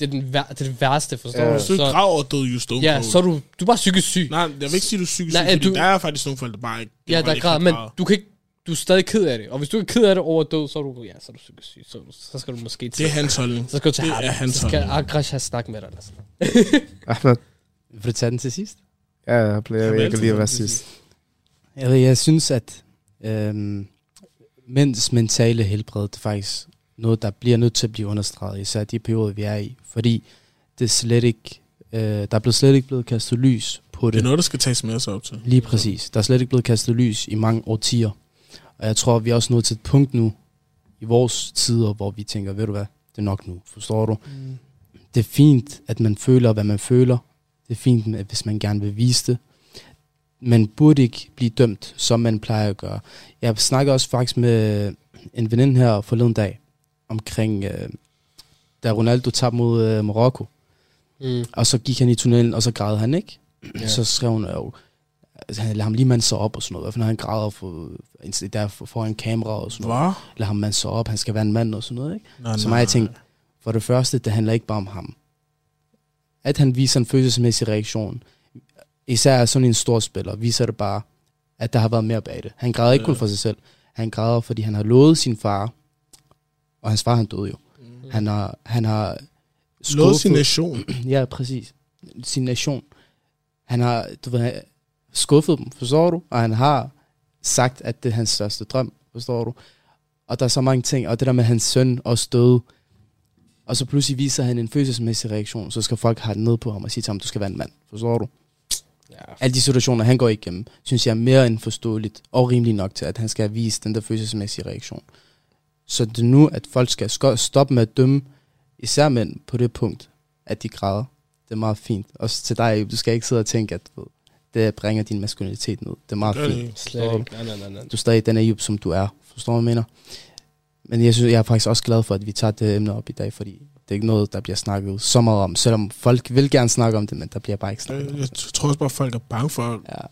Speaker 6: Det er, den vær- det, er det værste, forstår
Speaker 4: Ja.
Speaker 6: du?
Speaker 7: Hvis du ikke
Speaker 6: Så,
Speaker 7: graver død, just don't
Speaker 6: ja,
Speaker 7: go.
Speaker 6: så er du, du er bare psykisk syg.
Speaker 7: Nej, jeg vil ikke sige, du er psykisk
Speaker 6: Nej,
Speaker 7: Nej,
Speaker 6: er
Speaker 7: fordi
Speaker 6: du-
Speaker 7: du... der er faktisk nogle folk, der bare ikke...
Speaker 6: Ja,
Speaker 7: bare
Speaker 6: der er
Speaker 7: ikke
Speaker 6: grad,
Speaker 7: kan
Speaker 6: men
Speaker 7: græde.
Speaker 6: du kan ikke du er stadig ked af det. Og hvis du er ked af det over død, så er du, ja, så er du psykisk syg. Så, så skal du måske
Speaker 7: Det
Speaker 6: til,
Speaker 7: er hans holdning.
Speaker 6: så skal du til
Speaker 7: det
Speaker 6: Harald.
Speaker 7: er hans
Speaker 6: Så skal
Speaker 7: holdning.
Speaker 6: Akrash have snak med dig. altså. Eller sådan. noget.
Speaker 4: Ahmed?
Speaker 5: Vil du tage den til sidst?
Speaker 4: Ja, jeg, plejer,
Speaker 7: Jeg vil
Speaker 4: jeg, jeg
Speaker 7: altid
Speaker 4: kan lide at
Speaker 7: få
Speaker 4: være
Speaker 7: den til
Speaker 4: sidst.
Speaker 5: Jeg, ved, jeg synes, at øhm, mænds mentale helbred, det er faktisk noget, der bliver nødt til at blive understreget, især de perioder, vi er i. Fordi det er slet ikke, øh, der er blevet slet ikke blevet kastet lys på
Speaker 7: Det
Speaker 5: det.
Speaker 7: er noget, der skal tages med sig op til.
Speaker 5: Lige præcis. Der er slet ikke blevet kastet lys i mange årtier. Og jeg tror, vi er også nået til et punkt nu, i vores tider, hvor vi tænker, ved du hvad, det er nok nu, forstår du? Mm. Det er fint, at man føler, hvad man føler. Det er fint, at hvis man gerne vil vise det. Man burde ikke blive dømt, som man plejer at gøre. Jeg snakker også faktisk med en veninde her forleden dag, omkring, øh, da Ronaldo tabte mod øh, Marokko.
Speaker 6: Mm.
Speaker 5: Og så gik han i tunnelen, og så græd han, ikke?
Speaker 6: Ja.
Speaker 5: Ja. Så skrev hun jo, altså, han lader ham lige mande sig op og sådan noget. Hvorfor når han græder for, der for- foran kamera og sådan noget.
Speaker 7: Hvad?
Speaker 5: Lad ham mande sig op, han skal være en mand og sådan noget, ikke?
Speaker 7: Nej,
Speaker 5: Så mig jeg tænkte, for det første, det handler ikke bare om ham. At han viser en følelsesmæssig reaktion, især af sådan en stor spiller, viser det bare, at der har været mere bag det. Han græder ikke
Speaker 7: Ja.
Speaker 5: kun for sig selv. Han græder, fordi han har lovet sin far, og hans far, han døde jo. Mm. Han har, han har
Speaker 7: Låd sin
Speaker 5: skuffet-
Speaker 7: nation.
Speaker 5: Ja, præcis. Sin nation. Han har, du ved, skuffet dem, forstår du? Og han har sagt, at det er hans største drøm, forstår du? Og der er så mange ting, og det der med at hans søn også døde, og så pludselig viser han en følelsesmæssig reaktion, så skal folk have den ned på ham og sige til ham, du skal være en mand, forstår du?
Speaker 6: Ja.
Speaker 5: Alle de situationer, han går igennem, synes jeg er mere end forståeligt og rimeligt nok til, at han skal have vist den der følelsesmæssige reaktion. Så det er nu, at folk skal sko- stoppe med at dømme, især mænd på det punkt, at de græder. Det er meget fint. Også til dig, Ayub, du skal ikke sidde og tænke, at du ved, det bringer din maskulinitet ned. Det er meget
Speaker 7: Gør det
Speaker 5: fint
Speaker 7: ikke.
Speaker 6: Slet ikke. Nej, nej, nej, nej.
Speaker 5: du er stadig den Ayub, som du er. Forstår du, hvad jeg mener? Men jeg, synes, jeg er faktisk også glad for, at vi tager det emne op i dag, fordi det er ikke noget, der bliver snakket så meget om, selvom folk vil gerne snakke om det, men der bliver bare ikke snakket om
Speaker 7: Jeg-
Speaker 5: det.
Speaker 7: Jeg tror også bare, folk er bange for at
Speaker 5: Ja.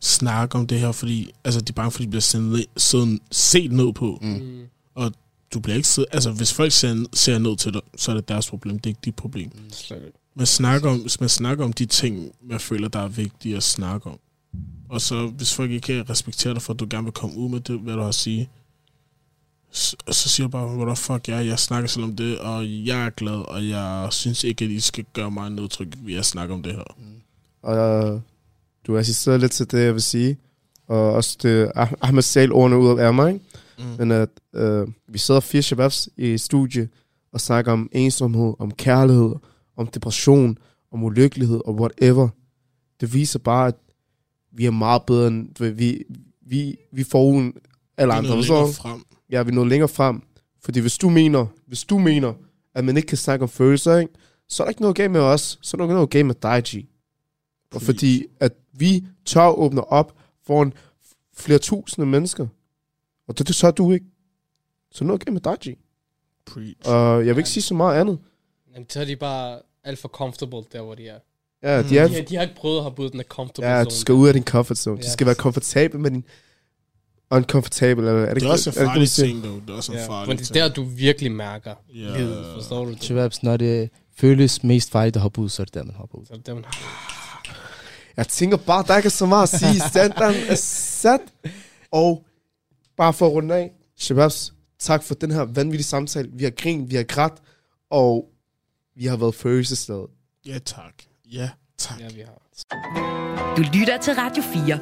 Speaker 7: snakke om det her, fordi altså, de er bange for, at de bliver sendt, sådan, set ned på.
Speaker 6: Mm.
Speaker 7: Du bliver ikke siddet, altså, hvis folk ser, ser ned til dig, så er det deres problem, det er ikke dit problem.
Speaker 6: Slet ikke.
Speaker 7: Man snakker, om, man snakker om de ting, man føler, der er vigtige at snakke om. Og så, hvis folk ikke kan respektere dig for, at du gerne vil komme ud med det, hvad du har at sige, så, så siger du bare, hvor der fuck jeg, er. jeg snakker selv om det, og jeg er glad, og jeg synes ikke, at I skal gøre mig nedtryk ved at snakke om det her.
Speaker 4: Og øh, du assisterede lidt til det, jeg vil sige. Og også det, Ah- Ahmed selv ordene ud af mig. ikke?
Speaker 7: Mm.
Speaker 4: Men at øh, vi sidder fire shababs i et studie og snakker om ensomhed, om kærlighed, om depression, om ulykkelighed og whatever. Det viser bare, at vi er meget bedre end... du ved, Vi, vi, vi får uden alle andre.
Speaker 7: noget
Speaker 4: forstår du?
Speaker 7: længere frem.
Speaker 4: ja, vi er nået længere frem. Fordi hvis du mener, hvis du mener, at man ikke kan snakke om følelser, ikke? så er der ikke noget galt med os, så er der ikke noget galt med dig, G. Og fordi at vi tør åbne op foran flere tusinde mennesker. Og det, det tør du ikke. Så er der noget galt med dig, G.
Speaker 7: Preach.
Speaker 4: Og jeg vil ikke sige så meget andet.
Speaker 6: Jamen, så er de bare alt for comfortable der, hvor de er.
Speaker 4: Ja, de
Speaker 6: Ja.
Speaker 4: er,
Speaker 6: De, de har ikke prøvet at have budt den der comfortable
Speaker 4: ja, du
Speaker 6: zone.
Speaker 4: skal ud af din comfort zone.
Speaker 6: Ja,
Speaker 4: Du skal være
Speaker 6: præcis.
Speaker 4: komfortabel med din uncomfortable. Eller, er det,
Speaker 7: Det er også
Speaker 4: er det
Speaker 7: en
Speaker 4: ikke det, vi
Speaker 7: farlig
Speaker 4: siger?
Speaker 7: ting, dog. Det er også en
Speaker 6: Ja. Men
Speaker 7: farlig
Speaker 6: det er
Speaker 7: ting.
Speaker 6: der, du virkelig mærker.
Speaker 7: Ja.
Speaker 6: livet, Forstår du det?
Speaker 5: Shababs, når det føles mest farligt at hoppe ud, så er det der, man hopper ud.
Speaker 6: Så er det der, man-
Speaker 4: Jeg tænker bare, der ikke er så meget at sige. Standarden er sat. Og bare for at runde af, Shababs, tak for den her vanvittige samtale. Vi har grint, vi har grædt, og vi har været følelsesladet.
Speaker 7: Ja, tak. Ja,
Speaker 6: Ja, vi har.
Speaker 2: Du lytter til Radio 4.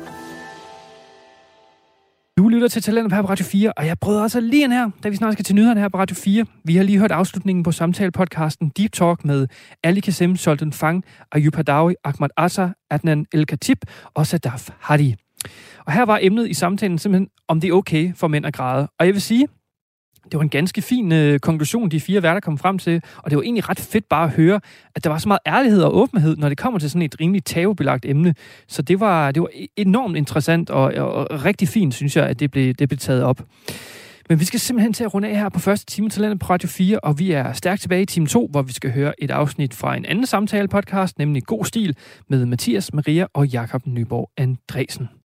Speaker 3: Du lytter til Talent her på Radio 4, og jeg brød også lige en her, da vi snart skal til nyhederne her på Radio 4. Vi har lige hørt afslutningen på samtalepodcasten Deep Talk med Ali Kassem, Solten Fang, Ayub Hadawi, Ahmad Atta, Adnan El Khatib og Sadaf Hadi. Og her var emnet i samtalen simpelthen, om det er okay for mænd at græde. Og jeg vil sige, det var en ganske fin øh, konklusion, de fire værter kom frem til, og det var egentlig ret fedt bare at høre, at der var så meget ærlighed og åbenhed, når det kommer til sådan et rimelig tabubelagt emne. Så det var, det var enormt interessant og, og, og rigtig fint, synes jeg, at det blev, det blev taget op. Men vi skal simpelthen til at runde af her på første time til landet på Radio 4, og vi er stærkt tilbage i time 2, hvor vi skal høre et afsnit fra en anden samtale podcast, nemlig God Stil, med Mathias, Maria og Jakob Nyborg Andresen.